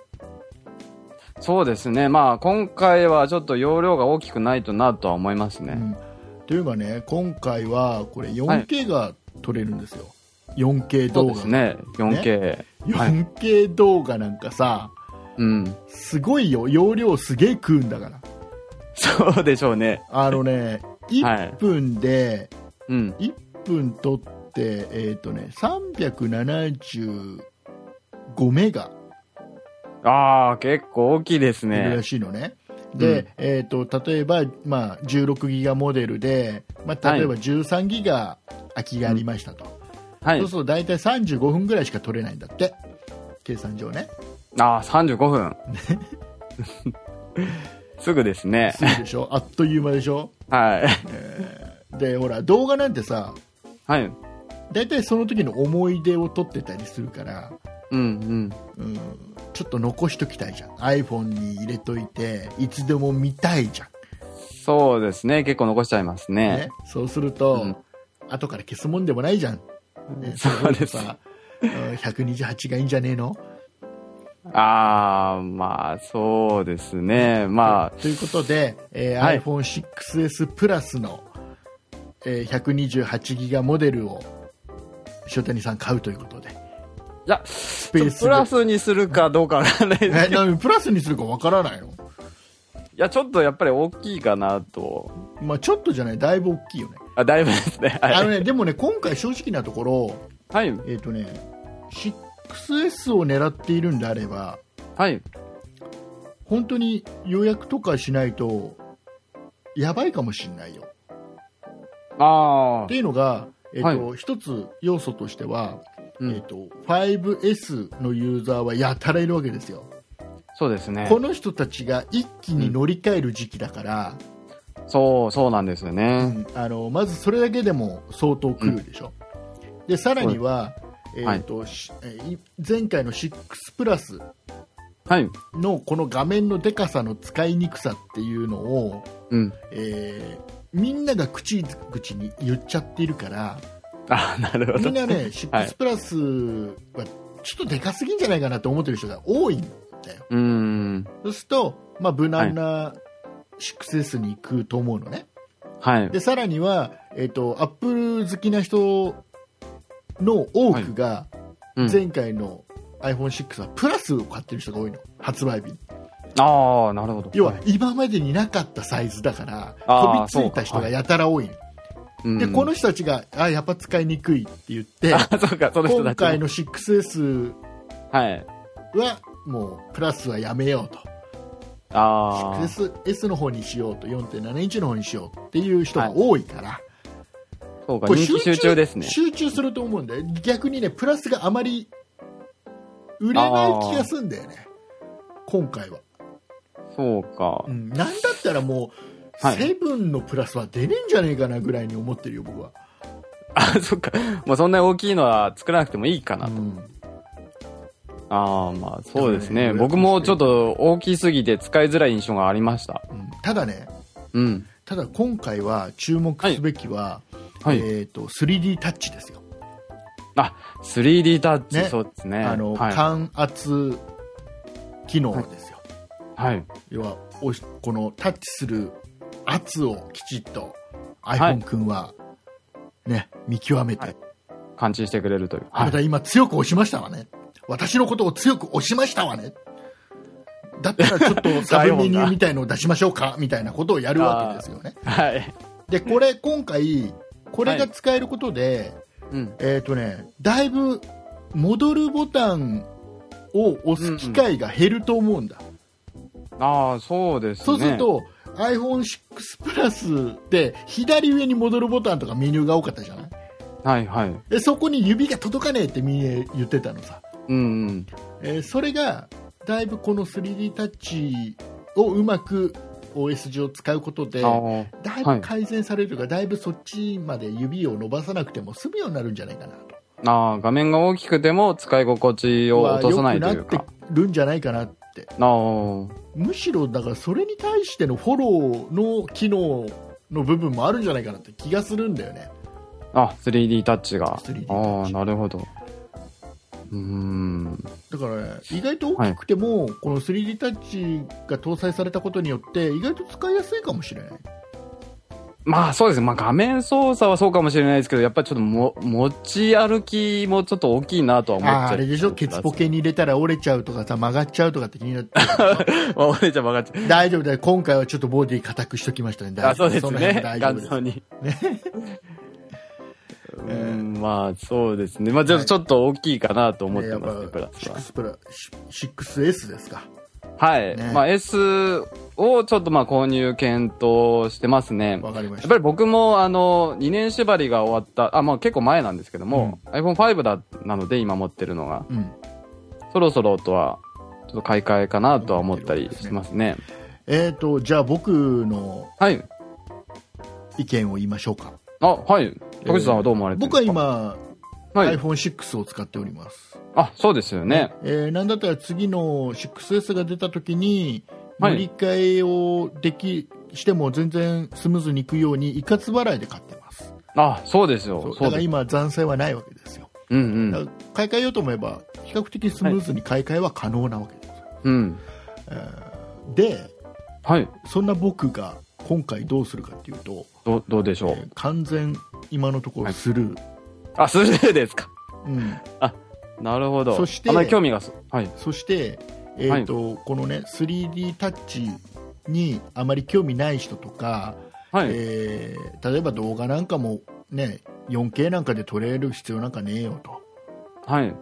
Speaker 3: そうですね。まあ、今回はちょっと容量が大きくないとなとは思います
Speaker 2: う
Speaker 3: ね。
Speaker 2: んというかね今回はこれ 4K が撮れるんですよ、4K
Speaker 3: そ
Speaker 2: 動
Speaker 3: うで
Speaker 2: 画、
Speaker 3: すね。4K。はい
Speaker 2: 4K 動画なんかさ
Speaker 3: うん。
Speaker 2: すごいよ容量すげえ食うんだから
Speaker 3: そうでしょうね。
Speaker 2: あのね
Speaker 3: はい
Speaker 2: 1分で、
Speaker 3: うん。
Speaker 2: 1分撮ってえっ、とね375メガ
Speaker 3: ああ、結構大きいです
Speaker 2: いるら
Speaker 3: ね。
Speaker 2: しいのね。で、
Speaker 3: うん
Speaker 2: えー、と例えば、まあ、16ギガモデルで、まあ、例えば13ギガ空きがありましたと、
Speaker 3: は
Speaker 2: そ
Speaker 3: いう
Speaker 2: す。ると大体35分ぐらいしか取れないんだって計算上ね
Speaker 3: ああ、35分。 すぐですね
Speaker 2: す。ぐでし ょあっという間でしょ
Speaker 3: はい。
Speaker 2: でほら動画なんてさ
Speaker 3: はい。
Speaker 2: 大体その時の思い出を撮ってたりするから、
Speaker 3: うんうん。
Speaker 2: うん、ちょっと残しときたいじゃん iPhone に入れといていつでも見たいじゃん、
Speaker 3: そうですね。結構残しちゃいます
Speaker 2: ね
Speaker 3: ね。、
Speaker 2: そうすると、
Speaker 3: うん
Speaker 2: 後から消すもんでもないじゃん、ね
Speaker 3: そうです
Speaker 2: さうん128がいいんじゃねえの
Speaker 3: ああ、まあ、そうですね。まあ、
Speaker 2: ということで、えー
Speaker 3: はい
Speaker 2: iPhone6S プラスの、えー128ギガモデルを塩谷さん買うということで。
Speaker 3: いや、
Speaker 2: ペースで
Speaker 3: プラスにするかどうかわからない
Speaker 2: え
Speaker 3: ですけど
Speaker 2: なプラスにするかわからないの、
Speaker 3: いや、ちょっとやっぱり大きいかなと。
Speaker 2: まあ、ちょっとじゃない、だいぶ大きいよね。
Speaker 3: あ、だいぶですね。
Speaker 2: あ
Speaker 3: は
Speaker 2: の
Speaker 3: い。
Speaker 2: ね、でもね、今回正直なところ、
Speaker 3: はい。
Speaker 2: えっ、とね、6S を狙っているんであれば、
Speaker 3: はい。
Speaker 2: 本当に予約とかしないと、やばいかもしれないよ。
Speaker 3: ああ
Speaker 2: って。いうのが、えっ、と、
Speaker 3: は
Speaker 2: 一つ要素としては、
Speaker 3: う
Speaker 2: えー、
Speaker 3: ん、
Speaker 2: と 5S のユーザーはやたらいるわけですよ、
Speaker 3: そうですね。
Speaker 2: この人たちが一気に乗り換える時期だから、
Speaker 3: そう、そうなんですよね。
Speaker 2: うんあのまずそれだけでも相当来るでしょ、でさらには、えーとしえーい前回の6プラス
Speaker 3: はい。
Speaker 2: のこの画面のでかさの使いにくさっていうのを、
Speaker 3: うん。
Speaker 2: えーみんなが口々に言っちゃっているから
Speaker 3: あなるほ
Speaker 2: みん
Speaker 3: ど。
Speaker 2: なね6プラスはちょっとでかすぎんじゃないかなと思ってる人が多いんだよ
Speaker 3: うーん。
Speaker 2: そうすると、まあ、無難な 6S に行くと思うのね、
Speaker 3: はい。
Speaker 2: でさらには、えっとアップル好きな人の多くが
Speaker 3: うん、
Speaker 2: 前回の iPhone6 はプラスを買ってる人が多いの発売日
Speaker 3: ああ、なるほど。
Speaker 2: 要
Speaker 3: い
Speaker 2: は、今までになかったサイズだから
Speaker 3: あー
Speaker 2: 飛びついた人がやたら多い、
Speaker 3: うん
Speaker 2: でこの人たちがあやっぱ使いにくいって言って
Speaker 3: あ、そうか、その人
Speaker 2: 今
Speaker 3: たち。
Speaker 2: 回の 6S
Speaker 3: はい。
Speaker 2: はもうプラスはやめようと
Speaker 3: ああ。
Speaker 2: 6S の方にしようと4.7インチの方にしようっていう人が多いから、
Speaker 3: そうか、人気集中ですね。
Speaker 2: 集中すると思うんだよ逆にねプラスがあまり売れない気がするんだよね今回は、
Speaker 3: そうか
Speaker 2: う。ん、なんだったらもう、
Speaker 3: はい
Speaker 2: セブンのプラスは出ねえんじゃねえかなぐらいに思ってるよ僕は、
Speaker 3: あ、そっか。もうそんなに大きいのは作らなくてもいいかなと。
Speaker 2: うん
Speaker 3: ああ、まあそうです
Speaker 2: だか
Speaker 3: ね。
Speaker 2: らね
Speaker 3: 僕もちょっと大きすぎて使いづらい印象がありました。
Speaker 2: うんただね
Speaker 3: うん。
Speaker 2: ただ今回は注目すべきは、
Speaker 3: はい。
Speaker 2: えー、と 3D タッチですよ、
Speaker 3: あ、3D タッチ、
Speaker 2: ね
Speaker 3: そうですね。
Speaker 2: あの
Speaker 3: はい。
Speaker 2: 感圧機能ですよ、
Speaker 3: はい。
Speaker 2: 要はおしこのタッチする圧をきちっと
Speaker 3: はい
Speaker 2: iPhone 君は、ね、見極めて、
Speaker 3: はい感知してくれるという。
Speaker 2: あ
Speaker 3: は。
Speaker 2: ないた今強く押しましたわね私のことを強く押しましたわねだったらちょ っとサブメニューみたいのを出しましょうかみたいなことをやるわけですよね
Speaker 3: はい。
Speaker 2: でこれ今回これが使えることで、
Speaker 3: うん。
Speaker 2: えっ、とねだいぶ戻るボタンを押す機会が減ると思うんだ、
Speaker 3: ああ、そうですね。
Speaker 2: そうする、と、iPhone6 プラスって左上に戻るボタンとかメニューが多かったじゃない
Speaker 3: はいはい。
Speaker 2: でそこに指が届かねえってみんな言ってたのさ、
Speaker 3: うんうん。
Speaker 2: えーそれがだいぶこの 3D タッチをうまく OS 上使うことで
Speaker 3: あ
Speaker 2: だい
Speaker 3: ー
Speaker 2: ぶ改善されるというか、だいぶそっちまで指を伸ばさなくても済むようになるんじゃないかなと
Speaker 3: あー、画面が大きくても使い心地を落とさないという
Speaker 2: 良くな
Speaker 3: か
Speaker 2: っ。てるんじゃないかなって
Speaker 3: ああ。
Speaker 2: むしろだからそれに対してのフォローの機能の部分もあるんじゃないかなって気がするんだよね
Speaker 3: あ、3D タッチが。
Speaker 2: 3D タッ
Speaker 3: ああ、
Speaker 2: チ
Speaker 3: なるほど。うーん。
Speaker 2: だからね、意外と大きくても、この 3D タッチが搭載されたことによって意外と使いやすいかもしれない、
Speaker 3: まあそうですね。まあ画面操作はそうかもしれないですけど、やっぱりちょっとも持ち歩きもちょっと大きいなとは思っちゃ
Speaker 2: あーあれでしょケツポケに入れたら折れちゃうとかさ曲がっちゃうとかって気になって
Speaker 3: まあお姉ちゃん曲がっちゃう。
Speaker 2: 大丈夫だよ今回はちょっとボディ硬くしときましたね
Speaker 3: あ
Speaker 2: 大丈
Speaker 3: そ
Speaker 2: 夫
Speaker 3: うです
Speaker 2: の辺
Speaker 3: ね
Speaker 2: は。大丈
Speaker 3: 元
Speaker 2: 夫です
Speaker 3: 祖 に。
Speaker 2: ね
Speaker 3: うーんまあそうですね。まあちょっとちょっと大きいかなと思ってますね、
Speaker 2: ね
Speaker 3: プラスは。
Speaker 2: 6プラ 6S ですか
Speaker 3: はい。
Speaker 2: ね
Speaker 3: まあ S をちょっとまあ購入検討してますね。
Speaker 2: わかりま
Speaker 3: や
Speaker 2: し
Speaker 3: っぱ
Speaker 2: た
Speaker 3: り僕も、あの、2年縛りが終わった、あ、まあ結構前なんですけども、iPhone5 だ、なので今持ってるのが、
Speaker 2: うん
Speaker 3: そろそろとは、ちょっと買い替えかなとは思ったりしますね。
Speaker 2: えー、とじゃあ僕の
Speaker 3: はい。
Speaker 2: 意見を言いましょうか
Speaker 3: あ、はい。徳地さんはどう思われてるん
Speaker 2: 僕
Speaker 3: で
Speaker 2: は
Speaker 3: すか、
Speaker 2: 今、
Speaker 3: はい。
Speaker 2: iPhone6 を使っております
Speaker 3: あ、そうですよね。
Speaker 2: えーなんだったら次の 6S が出た時に
Speaker 3: はい
Speaker 2: 乗り換えをでき、しても全然スムーズにいくように一括払いで買ってます
Speaker 3: あ、そうです
Speaker 2: そ
Speaker 3: よ
Speaker 2: う。
Speaker 3: そ
Speaker 2: だか
Speaker 3: うで
Speaker 2: ら
Speaker 3: す。
Speaker 2: 今残債はないわけですよ
Speaker 3: うんう
Speaker 2: だ
Speaker 3: ん。
Speaker 2: から買い替えようと思えば比較的スムーズに買い替えは可能なわけです、
Speaker 3: うん。
Speaker 2: で
Speaker 3: はい。
Speaker 2: そんな僕が今回どうするかっていうと、
Speaker 3: ど、どうでしょ
Speaker 2: えー
Speaker 3: う。
Speaker 2: 完全今のところスルー、
Speaker 3: あ、それでですか。
Speaker 2: うん、
Speaker 3: なるほど。
Speaker 2: そして
Speaker 3: あまり興味がそ、はい。
Speaker 2: そして、えーとこのね 3D タッチにあまり興味ない人とか、
Speaker 3: はい。
Speaker 2: えー例えば動画なんかも、ね、4K なんかで撮れる必要なんかねえよと
Speaker 3: はい。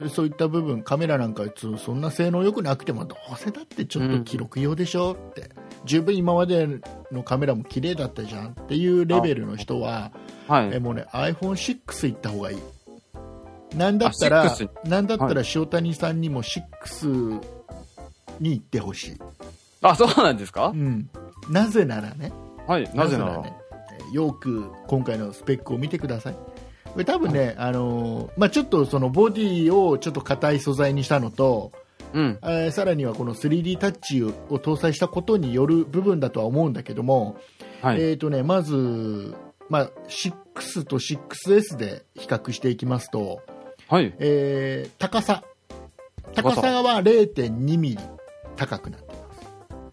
Speaker 2: でそういった部分カメラなんかそそんな性能良くなくてもどうせだってちょっと記録用でしょって、十分今までのカメラも綺麗だったじゃんっていうレベルの人は
Speaker 3: は
Speaker 2: え
Speaker 3: い。
Speaker 2: もうね iPhone6 行った方がいいなんだったら
Speaker 3: あ6
Speaker 2: なんだったら塩谷さんにも6に行ってほしい、
Speaker 3: あ、そうなんですか
Speaker 2: うん、なぜならね
Speaker 3: はい。なぜなら。
Speaker 2: ねえーよく今回のスペックを見てください。これ多分ね、あのーまあ、ちょっとそのボディをちょっと硬い素材にしたのと、
Speaker 3: うん。
Speaker 2: えーさらにはこの 3D タッチを搭載したことによる部分だとは思うんだけども、
Speaker 3: はい。
Speaker 2: えーとね、まず、まあ、6と 6S で比較していきますと、
Speaker 3: はい。
Speaker 2: えー高さ
Speaker 3: 高
Speaker 2: 高
Speaker 3: さ
Speaker 2: さは0 2ミリ高くなってま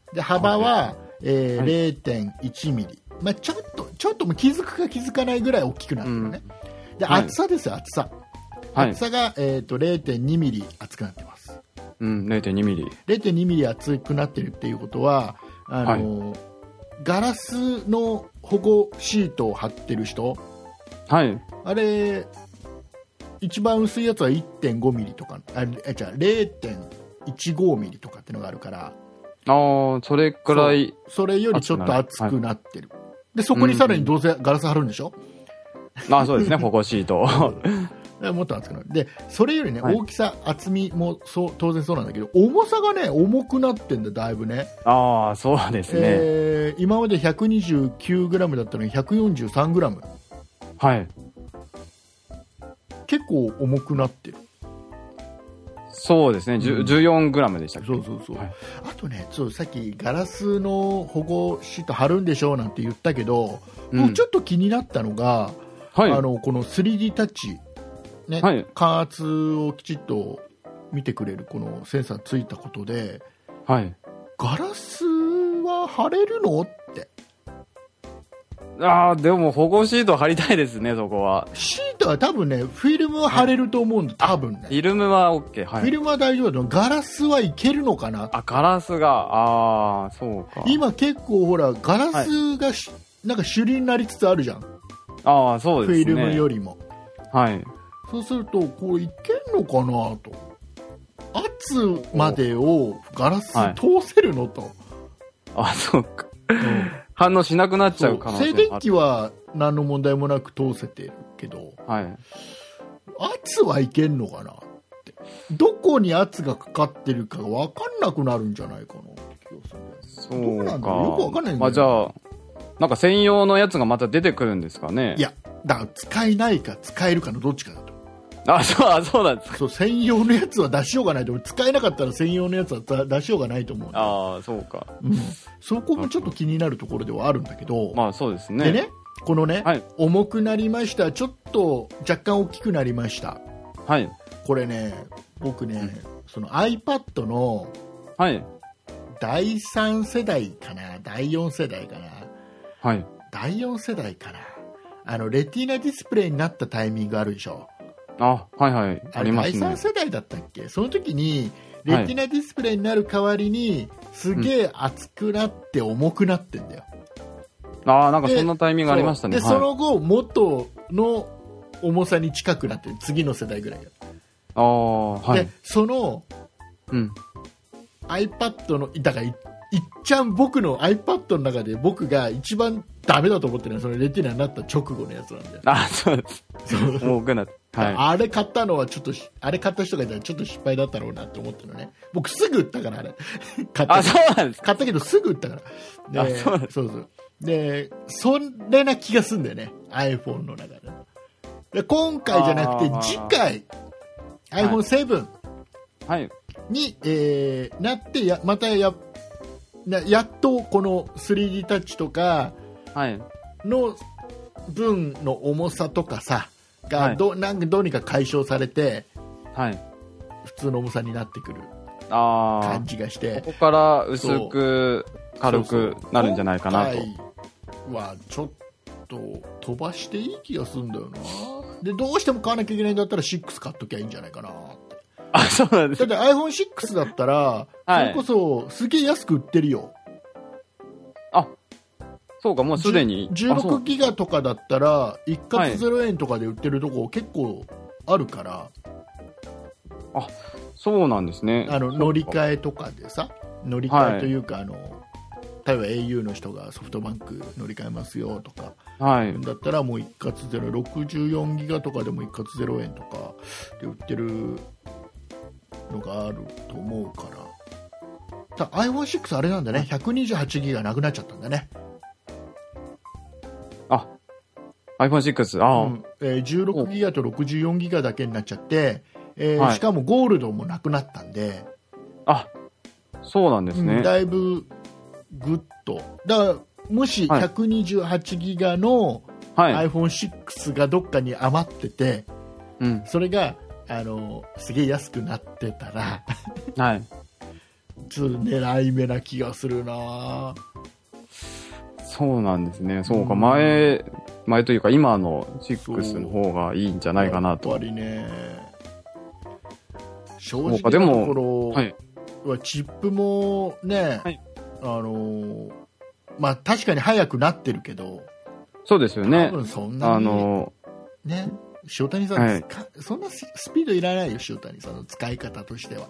Speaker 2: すで幅は、えー
Speaker 3: はい
Speaker 2: 0 1ミリ、まあ、ちょっとちょっともう気づくか気づかないぐらい大きくなってるね、で
Speaker 3: はい
Speaker 2: 厚さですよ厚さ
Speaker 3: はい
Speaker 2: 厚。さが、えー、と0 2ミリ厚くなってます
Speaker 3: うん、0.2ミリ。
Speaker 2: 0 2ミリ厚くなってるっていうことはあの、ガラスの保護シートを貼ってる人
Speaker 3: はい。
Speaker 2: あれ一番薄いやつは1 5ミリとかあえじゃあ0.15ミリとかってのがあるから
Speaker 3: ああ、それくらい。
Speaker 2: それよりちょっと厚くなってる、でそこにさらにどうせガラス貼るんでしょ、
Speaker 3: あそうです ね、保護シート。
Speaker 2: でもっと厚くなるでそれよりね、
Speaker 3: はい
Speaker 2: 大きさ厚みもそう当然そうなんだけど重さがね重くなってんだだいぶね
Speaker 3: ああ、そうですね。
Speaker 2: えー今まで 129g だったのに 143g
Speaker 3: はい。
Speaker 2: 結構重くなってる
Speaker 3: そうですね、
Speaker 2: う
Speaker 3: 10
Speaker 2: ん
Speaker 3: 14g でしたっけ
Speaker 2: そうそうそう、
Speaker 3: はい
Speaker 2: あとねそうさっきガラスの保護シート貼るんでしょうなんて言ったけど、
Speaker 3: うん
Speaker 2: 僕ちょっと気になったのが、
Speaker 3: はい。
Speaker 2: あのこの 3D タッチ、ね
Speaker 3: はい
Speaker 2: 加圧をきちっと見てくれるこのセンサーついたことで
Speaker 3: はい。
Speaker 2: ガラスは貼れるのって
Speaker 3: ああ、でも保護シート貼りたいですね、そこは。
Speaker 2: シートは多分ねフィルムは貼れると思うんだ、多分ね
Speaker 3: フィルムは OK。は
Speaker 2: フィ
Speaker 3: い。
Speaker 2: ルムは大丈夫だと思うガラスはいけるのかな
Speaker 3: あ、ガラスが、ああ、そうか。
Speaker 2: 今結構ほらガラスがし、なんか主流になりつつあるじゃん、
Speaker 3: ああ、そう
Speaker 2: フ
Speaker 3: で
Speaker 2: ィ
Speaker 3: すね。
Speaker 2: ルムよりも
Speaker 3: はい。
Speaker 2: そうするとこれいけんのかなと圧までをガラス
Speaker 3: はい
Speaker 2: 通せるのと、
Speaker 3: あそうか。反応しなくなっちゃ
Speaker 2: そうう
Speaker 3: 可能性
Speaker 2: 静
Speaker 3: もある
Speaker 2: 電気は何の問題もなく通せてるけど
Speaker 3: はい。
Speaker 2: 圧はいけんのかなってどこに圧がかかってるかが分かんなくなるんじゃないかなって気がするんだよね
Speaker 3: そ
Speaker 2: どう
Speaker 3: う
Speaker 2: な
Speaker 3: か。
Speaker 2: んだろうよくわかんないんだ
Speaker 3: ま
Speaker 2: よ
Speaker 3: あ、じゃあ、なんか専用のやつがまた出てくるんですかね。
Speaker 2: いやだから使えないか使えるかのどっちかだと
Speaker 3: あ、そう、あ、そうなんですか。
Speaker 2: そう専用のやつは出しようがないと思う使えなかったら専用のやつは出出しようがないと思うの、
Speaker 3: ああ、そうか。
Speaker 2: うん、そこもちょっと気になるところではあるんだけど、
Speaker 3: まあ、そうですね。
Speaker 2: でねこのね、
Speaker 3: はい
Speaker 2: 重くなりましたちょっと若干大きくなりました
Speaker 3: はい。
Speaker 2: これね僕ね、その iPad の
Speaker 3: はい。
Speaker 2: 第3世代かな第4世代かな
Speaker 3: はい。
Speaker 2: 第4世代かなあのレティーナディスプレイになったタイミングあるでしょ
Speaker 3: あ、はいはい。
Speaker 2: あ
Speaker 3: あ
Speaker 2: れ
Speaker 3: りま
Speaker 2: 第
Speaker 3: すね
Speaker 2: 3。世代だったっけその時にレティナディスプレイになる代わりにすげえ厚くなって重くなってんだよ、
Speaker 3: ああ、なんか
Speaker 2: で
Speaker 3: そんなタイミングありましたね。
Speaker 2: そうで、
Speaker 3: はい。
Speaker 2: その後元の重さに近くなってる次の世代ぐらいが、
Speaker 3: ああ、は
Speaker 2: で
Speaker 3: い。
Speaker 2: その
Speaker 3: うん。
Speaker 2: iPad のだからいいっちゃん僕の iPad の中で僕が一番ダメだと思ってるのはそのレティナになった直後のやつなんだよ
Speaker 3: あそう です。多くなって。はい。
Speaker 2: あれ買ったのはちょっとしあれ買った人がいたらちょっと失敗だったろうなって思ってるのね僕すぐ売ったからあれ買った
Speaker 3: あ、そうなんですか。
Speaker 2: 買ったけどすぐ売ったから。で
Speaker 3: あそうなん
Speaker 2: そうそうで、それな気がすんだよね。iPhone の中で。で、今回じゃなくて
Speaker 3: あー、
Speaker 2: 次回、iPhone7
Speaker 3: はい。
Speaker 2: に、えーなってや、またや、なやっとこの 3D タッチとか
Speaker 3: はい。
Speaker 2: の分の重さとかさ、
Speaker 3: は
Speaker 2: が
Speaker 3: い
Speaker 2: ど,、なんかどうにか解消されて、
Speaker 3: はい。
Speaker 2: 普通の重さになってくる
Speaker 3: ああ
Speaker 2: 感。じがして。
Speaker 3: ここから薄く、軽くなるんじゃないかなと。
Speaker 2: 今回はちょっと飛ばしていい気がするんだよなでどうしても買わなきゃいけないんだったら6買っときゃいいんじゃないかなって
Speaker 3: あ、そうなんです
Speaker 2: だって iPhone6 だったら、
Speaker 3: は
Speaker 2: それ
Speaker 3: い
Speaker 2: こそすげえ安く売ってるよ
Speaker 3: そうか、もうすでに。あそう
Speaker 2: 16ギガとかだったら一括0円とかで売ってるとこ結構あるから、
Speaker 3: そうなんですね。
Speaker 2: あの
Speaker 3: そうか
Speaker 2: 乗り換えとかでさ乗り換えというか、あの例えば au の人がソフトバンク乗り換えますよとか
Speaker 3: はい。
Speaker 2: だったらもう一括ゼロ64ギガとかでも一括ゼロ円とかで売ってるのがあると思うからただ iPhone6 あれなんだね128ギガなくなっちゃったんだね、
Speaker 3: あ、iPhone6。ああ、
Speaker 2: うんえー16ギガと64ギガだけになっちゃって、えー
Speaker 3: はい
Speaker 2: しかもゴールドもなくなったんで、
Speaker 3: あ、そうなんです
Speaker 2: うん
Speaker 3: ね。
Speaker 2: だいぶグッとだからもし
Speaker 3: はい
Speaker 2: 128ギガの
Speaker 3: はい。
Speaker 2: iPhone6 がどっかに余ってて、
Speaker 3: うん。
Speaker 2: それがあのすげえ安くなってたら
Speaker 3: はい。
Speaker 2: ちょっと狙い目な気がするな
Speaker 3: そうなんですね。そうか、
Speaker 2: うん
Speaker 3: 前、前というか今の6の方がいいんじゃないかな
Speaker 2: や
Speaker 3: と
Speaker 2: っ。ぱりね正
Speaker 3: そう
Speaker 2: 直
Speaker 3: かで
Speaker 2: な
Speaker 3: も
Speaker 2: ところ
Speaker 3: はい。
Speaker 2: はチップもね、
Speaker 3: はい
Speaker 2: あのまあ確かに早くなってるけど、
Speaker 3: そうですよ
Speaker 2: 多
Speaker 3: ね。
Speaker 2: 分そんなに、
Speaker 3: あの、
Speaker 2: ね塩谷さん、
Speaker 3: はい
Speaker 2: 使そんなススピードいらないよ塩谷さんの使い方としては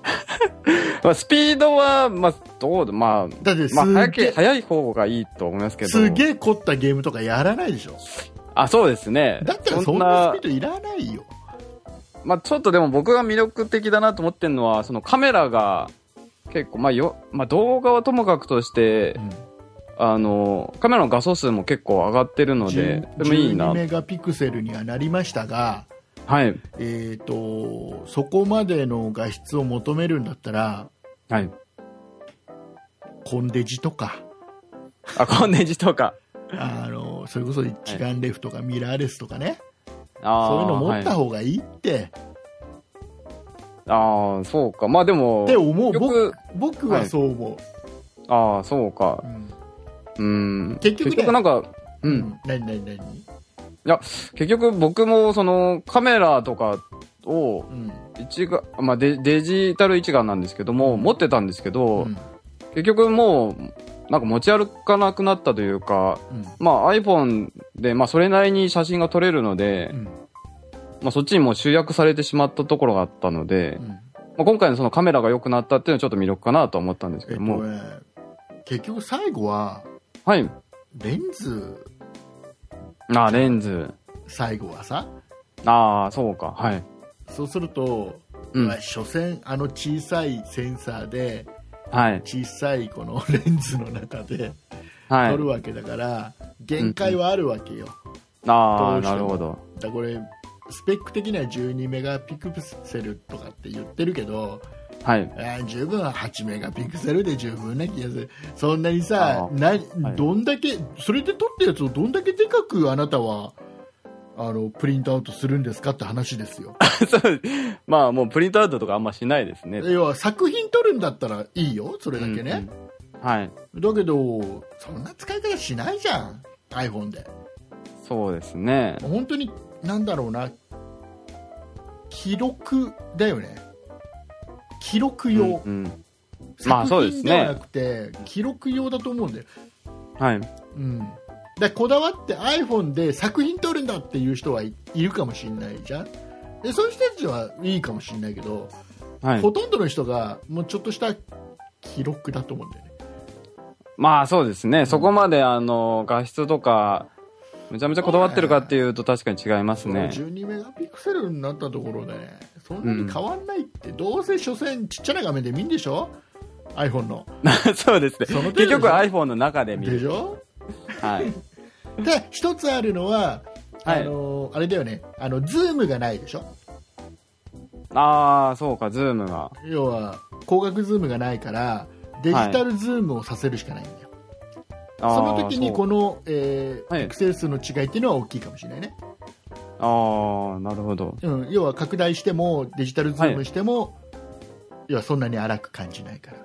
Speaker 3: まあ、スピードは、まあ、どうだ、まあ、
Speaker 2: だって
Speaker 3: まあ、
Speaker 2: す
Speaker 3: 早
Speaker 2: げ
Speaker 3: け、
Speaker 2: え、
Speaker 3: 早い方がいいと思いますけど。
Speaker 2: すげえ凝ったゲームとかやらないでしょ
Speaker 3: あ、そうですね。
Speaker 2: だったらそんなスピードいらないよ
Speaker 3: まあ、ちょっとでも僕が魅力的だなと思ってるのは、そのカメラが、結構、まあ、よ、まあ、動画はともかくとして、あの、カメラの画素数も結構上がってるので、でもいい
Speaker 2: 12
Speaker 3: な。
Speaker 2: メガピクセルにはなりましたが、
Speaker 3: はい。
Speaker 2: えー、とそこまでの画質を求めるんだったら
Speaker 3: はい。
Speaker 2: コンデジとか
Speaker 3: あ、コンデジとか。
Speaker 2: あのそれこそ一眼レフとかミラーレスとかね、
Speaker 3: あー
Speaker 2: そういうの持った
Speaker 3: はい
Speaker 2: 方がいいって、
Speaker 3: ああ、そうか。まあでも
Speaker 2: って、思う
Speaker 3: よ
Speaker 2: 僕
Speaker 3: く
Speaker 2: 僕はそう思う、
Speaker 3: ああ、そうか
Speaker 2: う。ん
Speaker 3: うん。
Speaker 2: 結局ね
Speaker 3: 結局なんか、うん。
Speaker 2: 何何何
Speaker 3: 結局僕もそのカメラとかを
Speaker 2: うん
Speaker 3: 一眼、まあデデジタル一眼なんですけども、持ってたんですけど、
Speaker 2: うん
Speaker 3: 結局もう、なんか持ち歩かなくなったというか、
Speaker 2: うん
Speaker 3: まあ iPhone で、まあそれなりに写真が撮れるので、
Speaker 2: うん
Speaker 3: まあそっちにもう集約されてしまったところがあったので、
Speaker 2: うん
Speaker 3: まあ今回のそのカメラが良くなったっていうのはちょっと魅力かなと思ったんです
Speaker 2: え
Speaker 3: け
Speaker 2: っ
Speaker 3: ど
Speaker 2: と
Speaker 3: も、
Speaker 2: ね結局最後は
Speaker 3: はい。
Speaker 2: レンズ
Speaker 3: ああ、レンズ。
Speaker 2: 最後はさ
Speaker 3: ああ、そうか。はい。
Speaker 2: そうすると、
Speaker 3: うん
Speaker 2: まあ。所詮あの小さいセンサーで
Speaker 3: はい。
Speaker 2: 小さいこのレンズの中で
Speaker 3: は
Speaker 2: 撮
Speaker 3: い
Speaker 2: る。わけだから、限界はあるわけよ、
Speaker 3: あ
Speaker 2: ど
Speaker 3: あ、
Speaker 2: うしても
Speaker 3: なるほど。
Speaker 2: だからこれスペック的には12メガピクセルとかって言ってるけど
Speaker 3: はい。
Speaker 2: あー十分8メガピクセルで十分な気がするそんなに
Speaker 3: あ
Speaker 2: さ
Speaker 3: ー
Speaker 2: な、
Speaker 3: はい
Speaker 2: どんだけそれで撮ったやつをどんだけでかくあなたはあのプリントアウトするんですかって話ですよ
Speaker 3: そうまあもうプリントアウトとかあんましないですね。
Speaker 2: 要は作品撮るんだったらいいよそれだけね、
Speaker 3: うんうんはい。
Speaker 2: だけどそんな使い方しないじゃん iPhone で
Speaker 3: そうですね。
Speaker 2: 本当になんだろうな記録だよね記録用、
Speaker 3: うんうんまあそ
Speaker 2: 作
Speaker 3: うです
Speaker 2: 品
Speaker 3: ね
Speaker 2: ではなくて、記録用だと思うんだよ、
Speaker 3: はい。
Speaker 2: うん、だからこだわって iPhone で作品撮るんだっていう人はいいるかもしれないじゃんでそういう人たちはいいかもしれないけど、
Speaker 3: はい
Speaker 2: ほ。とんどの人がもうちょっとした記録だと思うんだよね
Speaker 3: まあそうですね。そこまであの、画質とか、めちゃめちゃこだわってるかっていうと確かに違いますね。
Speaker 2: 12メガピクセルになったところでそんなに変わんないって、どうせ所詮ちっちゃな画面で見んでしょ iPhone の
Speaker 3: そうですね
Speaker 2: その程。度
Speaker 3: 結局
Speaker 2: でしょ
Speaker 3: iPhone の中で見
Speaker 2: で
Speaker 3: る。
Speaker 2: しょ
Speaker 3: はい。
Speaker 2: で一つあるのは あ
Speaker 3: はい
Speaker 2: の、あれだよねあのズームがないでしょ
Speaker 3: ああ、そうか、ズームが。
Speaker 2: 要は光学ズームがないからデジタルズームをさせるしかないんだよ、
Speaker 3: あー
Speaker 2: その時に
Speaker 3: そう
Speaker 2: この、えー
Speaker 3: はい
Speaker 2: ピクセル数の違いっていうのは大きいかもしれないね、
Speaker 3: ああ、なるほど。
Speaker 2: うん、要は拡大してもデジタルズームしても、要はそんなに荒く感じないから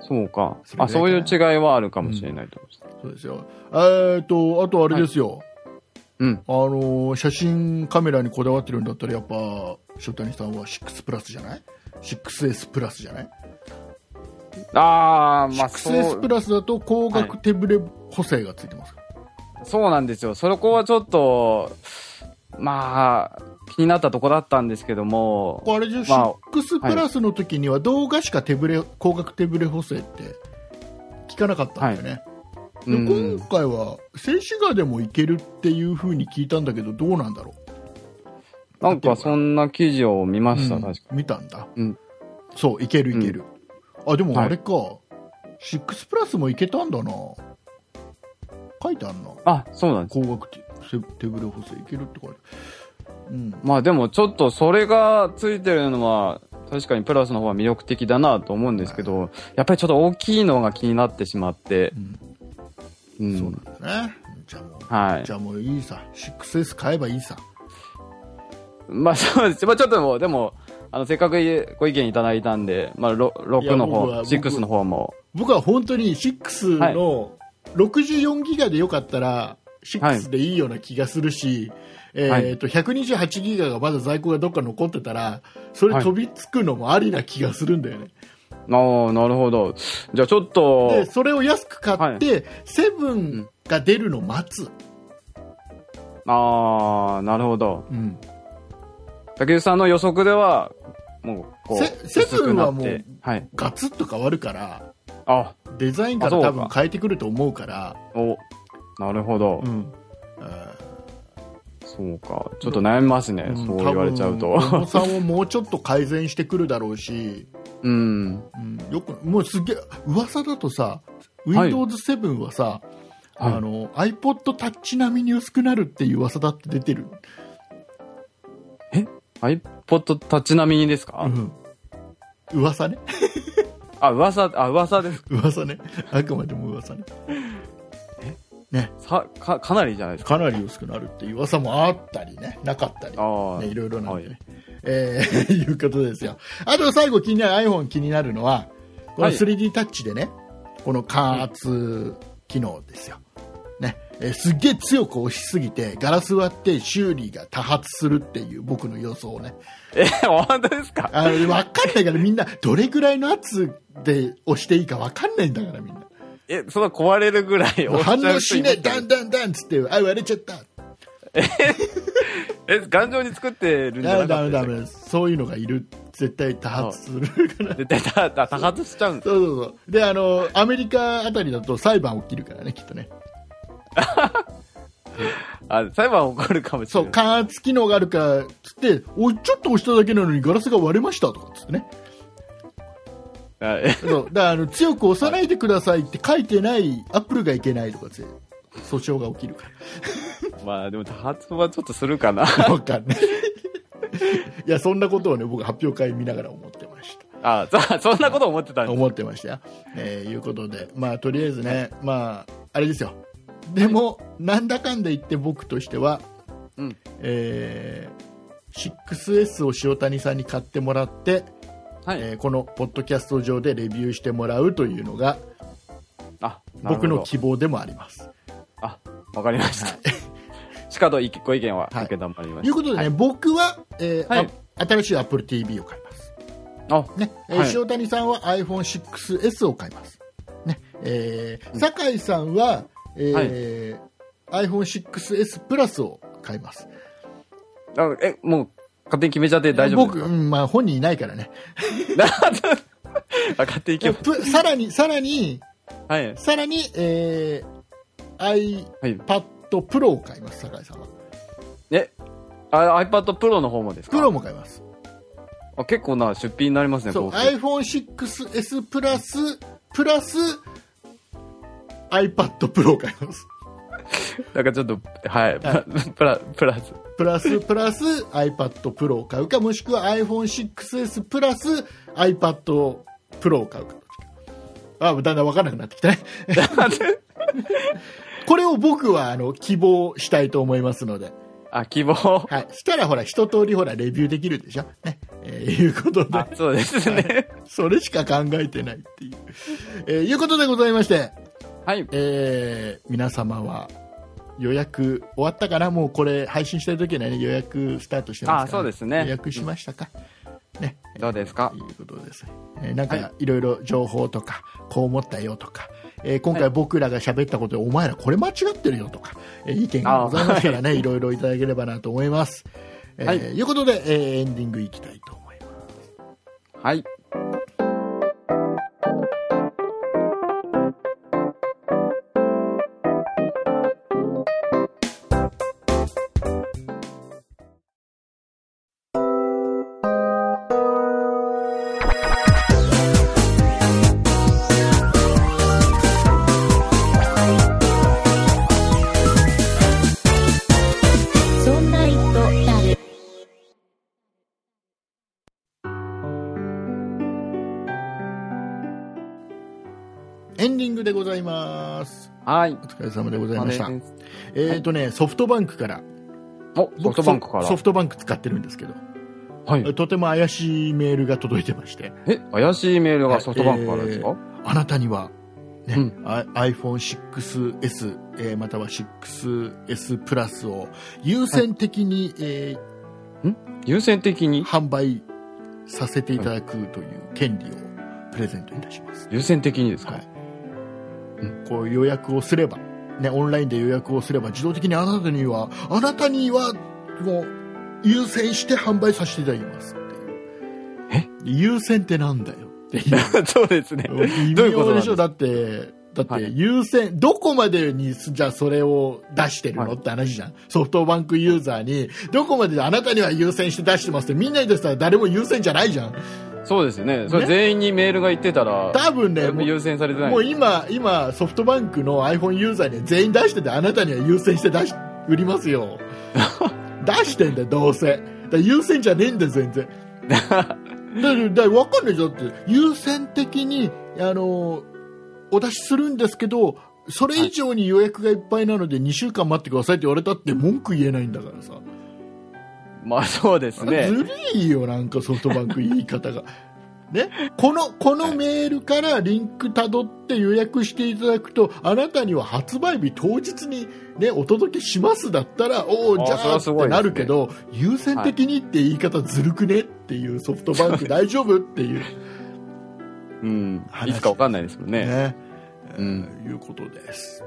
Speaker 3: そうか。
Speaker 2: それぐらいかな
Speaker 3: あ、そういう違いはあるかもしれないと思います。
Speaker 2: そうですよえー、とあとあれですよ、
Speaker 3: うん。
Speaker 2: あのー写真カメラにこだわってるんだったらやっぱ塩谷さんは6プラスじゃない 6S プラスじゃない、
Speaker 3: ああ、まあそう
Speaker 2: 6S プ。ラスだと光学手ブレ補正がついてます、
Speaker 3: そうなんですよ。そこはちょっと、まあ、気になったとこだったんですけども、
Speaker 2: これあれじゃ、
Speaker 3: まあ
Speaker 2: 6プラスの時には動画しか手ぶれ光学手ぶれ補正って聞かなかったんだよね、
Speaker 3: う
Speaker 2: で
Speaker 3: ん
Speaker 2: 今、回は静止画でもいけるっていう風に聞いたんだけどどうなんだろう
Speaker 3: なんかそ
Speaker 2: なん
Speaker 3: な記事を見ました、確か
Speaker 2: 見たんだ、
Speaker 3: うん
Speaker 2: そういけるいける、あでも
Speaker 3: はい
Speaker 2: あれか、6プラスもいけたんだな書いてあんな
Speaker 3: あ、そうなんです。
Speaker 2: 光学手手ぶれ補正いけるって書いてあるうん
Speaker 3: まあでもちょっとそれがついてるのは、確かにプラスの方は魅力的だなと思うんですけど、やっぱりちょっと大きいのが気になってしまって、う。
Speaker 2: そうなんんだねじゃあもう、
Speaker 3: はい
Speaker 2: じゃあもういいさ 6S 買えばいいさ
Speaker 3: まあそうです。まあちょっともう、でも、あの、せっかくご意見いただいたんで、まあ、ろ
Speaker 2: いや
Speaker 3: 6の
Speaker 2: 僕は
Speaker 3: 方、
Speaker 2: 僕
Speaker 3: 6の方も。
Speaker 2: 僕は本当に6の64ギガでよかったら6でいいような気がするし、
Speaker 3: はい
Speaker 2: えー、と128ギガがまだ在庫がどっか残ってたらそれ
Speaker 3: はい
Speaker 2: 飛びつくのもありな気がするんだよね、
Speaker 3: ああ、なるほど。じゃあちょっと
Speaker 2: で、それを安く買って、セブンが出るのを待つ、
Speaker 3: ああ、なるほど。
Speaker 2: うん、
Speaker 3: 竹内さんの予測では、もう、こう、
Speaker 2: せセブンはもう
Speaker 3: 薄くなってはい。
Speaker 2: ガツッと変わるから
Speaker 3: あ、
Speaker 2: デザインか
Speaker 3: あそ
Speaker 2: ら
Speaker 3: うか
Speaker 2: 多分変えてくると思うから
Speaker 3: お、なるほど。
Speaker 2: うんあ
Speaker 3: そうか。ちょっと悩みますね。
Speaker 2: ー
Speaker 3: そう言われちゃう
Speaker 2: 多分小
Speaker 3: と。
Speaker 2: 野さんをもうちょっと改善してくるだろうし
Speaker 3: う
Speaker 2: う
Speaker 3: ん。
Speaker 2: ん、よくもうすげえ噂だとさ
Speaker 3: はい
Speaker 2: Windows7 はさ、
Speaker 3: はい
Speaker 2: あの iPod タッチ並みに薄くなるっていう噂だって出てる、
Speaker 3: iPod 立ち並みにですか、
Speaker 2: うん、噂ね
Speaker 3: あ、噂、あ、噂ですか
Speaker 2: 噂ねあくまでも噂ね
Speaker 3: さかかなりじゃないですか。
Speaker 2: かなり薄くなるっていう噂もあったりねなかったり、
Speaker 3: ああ、
Speaker 2: ね、いろいろなんでね、
Speaker 3: はい
Speaker 2: えー いうことですよあと最後気になる iPhone 気になるのはこの
Speaker 3: はい
Speaker 2: 3D タッチでね、この加圧機能ですよ、ねえーすっげえ強く押しすぎてガラス割って修理が多発するっていう僕の予想ね
Speaker 3: え、 本当ですか
Speaker 2: あの分かんないからみんなどれぐらいの圧で押していいか分かんないんだからみんな
Speaker 3: え、そんな壊れるぐらい
Speaker 2: 反応しねえ
Speaker 3: だ
Speaker 2: ダンダンダンっつってあ割れちゃった
Speaker 3: え、頑丈に作ってるんじゃ
Speaker 2: ダメ
Speaker 3: なか
Speaker 2: ダ
Speaker 3: っ
Speaker 2: メ
Speaker 3: た
Speaker 2: ダ
Speaker 3: でしたっ
Speaker 2: メそういうのがいる絶対多発するから
Speaker 3: け絶対た、た、多発しちゃうんです
Speaker 2: そうそうそう。で、あの、アメリカあたりだと裁判起きるからね、きっとね。
Speaker 3: あ、裁判起こるかもし
Speaker 2: そ
Speaker 3: れ
Speaker 2: う、
Speaker 3: ない。
Speaker 2: 感圧機能があるから、つって、おい、ちょっと押しただけなのにガラスが割れましたとかっつってね。
Speaker 3: あえ
Speaker 2: そう。だから、あの、強く押さないでくださいって書いてない、アップルがいけないとかっつって、訴訟が起きるか
Speaker 3: まあ、でも多発はちょっとするかな。
Speaker 2: ら。わかんない。いや、そんなことをね、僕発表会見ながら思ってました。
Speaker 3: あ、そ、そんなこと思ってたんで す。
Speaker 2: 思ってましたよ。えーいうことで、まあ、とりあえずね、まあ、あれですよ。でも、なんだかんだ言って僕としては、
Speaker 3: うん
Speaker 2: えー 6S を塩谷さんに買ってもらって、
Speaker 3: はい。
Speaker 2: えーこのポッドキャスト上でレビューしてもらうというのが、
Speaker 3: あ、なるほ
Speaker 2: 僕
Speaker 3: ど
Speaker 2: の希望でもあります。
Speaker 3: あ、わかりました。しかといご意見は
Speaker 2: はい
Speaker 3: 受け止まりま
Speaker 2: とい
Speaker 3: し
Speaker 2: うことでね、僕は、えー
Speaker 3: はい
Speaker 2: あ新しい Apple TV を買います。
Speaker 3: た。あ、
Speaker 2: ねえー
Speaker 3: はい
Speaker 2: 塩谷さんは iPhone6S を買います、ねえー酒井さんは、えー iPhone6S プラスを買います
Speaker 3: あえ、もう、勝手に決めちゃって大丈夫
Speaker 2: 僕、
Speaker 3: です
Speaker 2: う
Speaker 3: か
Speaker 2: んまあ、本人いないからね
Speaker 3: あ勝手に決
Speaker 2: プさらにさらに
Speaker 3: め、はい。
Speaker 2: さらに、えー、
Speaker 3: はい。
Speaker 2: iPad Pro を買います酒井さんは
Speaker 3: え、あ iPad Pro の方もですか
Speaker 2: Pro も買います
Speaker 3: あ結構な出費になりますね、
Speaker 2: そう
Speaker 3: 僕
Speaker 2: iPhone6S プラスプラス iPad Pro を買います
Speaker 3: なんかちょっと、はい、 プラ、プラス。
Speaker 2: プラスプラス iPad Pro を買うかもしくは iPhone6S プラス iPad Pro を買うかあだんだん分からなくなってきたね これを僕はあの希望したいと思いますので、
Speaker 3: あ、希望。
Speaker 2: はい、したらほら一通りほらレビューできるでしょねえーいうことで
Speaker 3: あ、そうですね。
Speaker 2: それしか考えてないっていう、えーいうことでございまして、
Speaker 3: はい。
Speaker 2: えー皆様は予約終わったかなもうこれ配信してる時にはね予約スタートしてますから、
Speaker 3: あそうですね
Speaker 2: 予約しましたか、ね
Speaker 3: どうですか
Speaker 2: ということです、えーなんか
Speaker 3: はい
Speaker 2: いろいろ情報とかこう思ったよとか、えー今回僕らが喋ったことでお前らこれ間違ってるよとか、えー意見がございましたらね、い、ろいろいただければなと思います、えー
Speaker 3: はい
Speaker 2: い、うことで、えーエンディングいきたいと思います
Speaker 3: はい。
Speaker 1: そんな糸だる。
Speaker 2: エンディングでございます
Speaker 3: はい
Speaker 2: お。疲れ様でござい
Speaker 3: お
Speaker 2: ました、えっ、とねソフトバンクから
Speaker 3: お、ソフトバンクから。
Speaker 2: ソソフトバンク使ってるんですけど、
Speaker 3: はい。
Speaker 2: とても怪しいメールが届いてまして、
Speaker 3: え、怪しいメールがソフトバンクからですか、
Speaker 2: あなたには、ね
Speaker 3: う
Speaker 2: iPhone6S、えーまたは 6S プラスを優先的に、え
Speaker 3: 優先的
Speaker 2: ー
Speaker 3: に
Speaker 2: 販売させていただくという権利をプレゼントいたします。
Speaker 3: 優先的にですか、
Speaker 2: はい
Speaker 3: うん。
Speaker 2: こう予約をすれば、ね、オンラインで予約をすれば自動的にあなたには、あなたには、もう、優先して販売させていただきますっていう。優先ってなんだよっていう。
Speaker 3: そうですね。
Speaker 2: 微
Speaker 3: どういうこ
Speaker 2: 妙で
Speaker 3: となんです
Speaker 2: しょだって、だっ
Speaker 3: は
Speaker 2: て
Speaker 3: い
Speaker 2: 優先、どこまでに、じゃあそれを出してるの、
Speaker 3: はい
Speaker 2: って話じゃん。ソフトバンクユーザーに、どこまでであなたには優先して出してますって、みんなに出したら誰も優先じゃないじゃん。
Speaker 3: そうですね。それ
Speaker 2: ね
Speaker 3: 全員にメールが行ってたら、
Speaker 2: 多分ね、
Speaker 3: 全
Speaker 2: も
Speaker 3: 部
Speaker 2: う
Speaker 3: 優先されてない。
Speaker 2: もう今、今、ソフトバンクの iPhone ユーザーには全員出してて、あなたには優先して出し、売ります よ。出してんだよ、どうせ。だから優先じゃねえんだよ、全 然。だってだ分かんないじゃん。だって、優先的に、あの、お出しするんですけど、それ以上に予約がいっぱいなので2週間待ってくださいって言われたって文句言えないんだからさ。
Speaker 3: まあそうですね
Speaker 2: ず。るいよ、なんかソフトバンク言い方が。 ね、このこのメールからリンクたどって予約していただくとあなたには発売日当日に、ね、お届けしますだったらお
Speaker 3: あ
Speaker 2: おじ
Speaker 3: ーそれ
Speaker 2: ゃあ
Speaker 3: は
Speaker 2: っ
Speaker 3: す
Speaker 2: て
Speaker 3: ごいですね
Speaker 2: なるけど、優先的にって言い方ずるくねっていうソフトバンク大丈夫っていう、
Speaker 3: うん。
Speaker 2: 話
Speaker 3: いつかわかんないですもんね。
Speaker 2: ね
Speaker 3: うん
Speaker 2: いうことです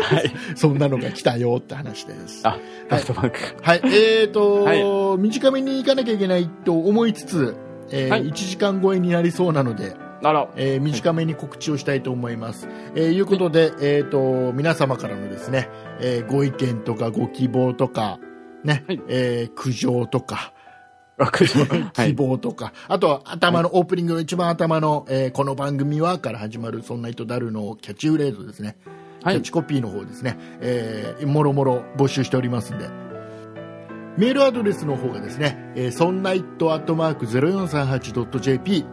Speaker 3: はい。
Speaker 2: そんなのが来たよって話です
Speaker 3: あ、ソフトバンク。
Speaker 2: はい、えーと、
Speaker 3: は
Speaker 2: 短めに行かなきゃいけないと思いつつ、えー
Speaker 3: はい
Speaker 2: 1時間超えになりそうなので、
Speaker 3: あら、
Speaker 2: えー短めに告知をしたいと思います。えーいうことで、えーと、皆様からのですね、えーご意見とかご希望とか、ね、
Speaker 3: はい
Speaker 2: えー苦情とか、
Speaker 3: 楽勝。 は
Speaker 2: 希
Speaker 3: い。
Speaker 2: 望とか、あとは頭のオープニングの一番頭の、えーこの番組はから始まるそんな人だるのキャッチフレーズですね。
Speaker 3: は
Speaker 2: キャ
Speaker 3: い
Speaker 2: ッチ。コピーの方ですね、えーもろもろ募集しておりますんで。メールアドレスの方がですね、えー、そんな it アットマーク 0438.jp、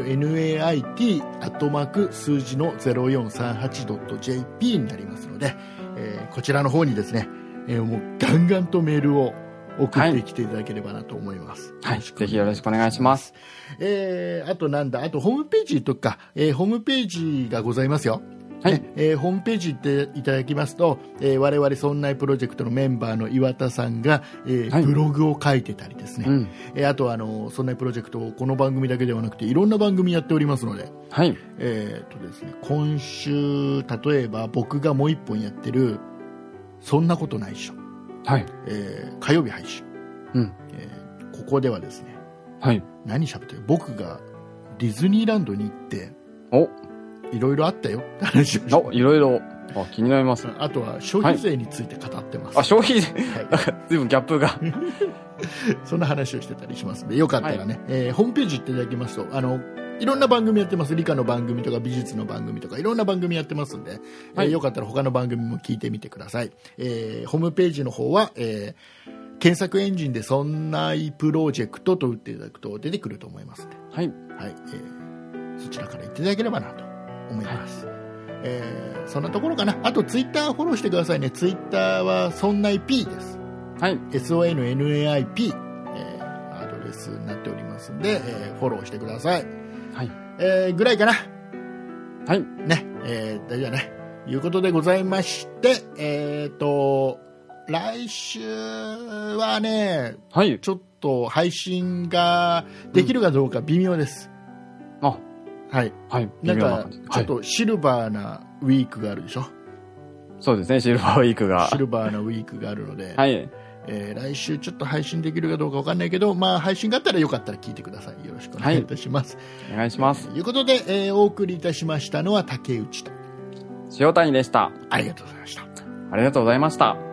Speaker 2: sonnait アットマーク数字の 0438.jp になりますので、えーこちらの方にですね、えーもうガンガンとメールを送ってきていただければなと思います。
Speaker 3: はい。ぜひよろしくお願いします。
Speaker 2: えーあとなんだ、あとホームページとか、えーホームページがございますよ。
Speaker 3: はい。
Speaker 2: えーホームページ行っていただきますと、えー、我々そんなプロジェクトのメンバーの岩田さんが、えー
Speaker 3: はい
Speaker 2: ブログを書いてたりですね、
Speaker 3: うん。
Speaker 2: えーあとはあのそんなプロジェクトをこの番組だけではなくていろんな番組やっておりますので,、
Speaker 3: はい。
Speaker 2: えーっとですね、今週例えば僕がもう一本やってる「そんなことないっしょ
Speaker 3: はい。」
Speaker 2: えー火曜日配信、
Speaker 3: うん。
Speaker 2: えーここではですね
Speaker 3: はい。
Speaker 2: 何喋ってる僕がディズニーランドに行って
Speaker 3: お、
Speaker 2: いろいろあったよ って話をして
Speaker 3: お、いろいろ。あ、気になります。
Speaker 2: あとは消費税について語ってます、
Speaker 3: あ、消費、
Speaker 2: はい
Speaker 3: なんか、随分ギャッ プが。
Speaker 2: そんな話をしてたりしますので、よかったらね、えーホームページ行っていただきますと、あの、いろんな番組やってます。理科の番組とか美術の番組とかいろんな番組やってますんで、
Speaker 3: は
Speaker 2: えー
Speaker 3: い
Speaker 2: よかったら他の番組も聞いてみてください。えーホームページの方は、えー検索エンジンでそんないプロジェクトと打っていただくと出てくると思いますんで、
Speaker 3: はい。
Speaker 2: はい、えーそちらから行っていただければなと思います。えーそんなところかな。あとツイッターフォローしてくださいね。ツイッターはそんない P です。
Speaker 3: はい。
Speaker 2: SONNAIP、えーアドレスになっておりますんで、えーフォローしてください。
Speaker 3: はい。
Speaker 2: えーぐらいかな。
Speaker 3: はい。
Speaker 2: ね。えー大丈夫だね。いうことでございまして、えっ、と、来週はね、
Speaker 3: はい。
Speaker 2: ちょっと配信ができるかどうか微妙です。
Speaker 3: あ、
Speaker 2: はい。
Speaker 3: はい。
Speaker 2: な
Speaker 3: 微
Speaker 2: ん
Speaker 3: 妙な
Speaker 2: か
Speaker 3: 感じ。、
Speaker 2: ち
Speaker 3: は
Speaker 2: ょっ
Speaker 3: い。
Speaker 2: とシルバーなウィークがあるでしょ。
Speaker 3: そうですね、シルバーウィークが
Speaker 2: シ。ルバーなウィークがあるので、
Speaker 3: はい。
Speaker 2: えー来週ちょっと配信できるかどうかわかんないけど、まあ、配信があったらよかったら聞いてください。よろしくお願いいたします。
Speaker 3: お願いします。
Speaker 2: ということで、えーお送りいたしましたのは竹内と。
Speaker 3: 塩谷でした。
Speaker 2: ありがとうございました。
Speaker 3: ありがとうございました。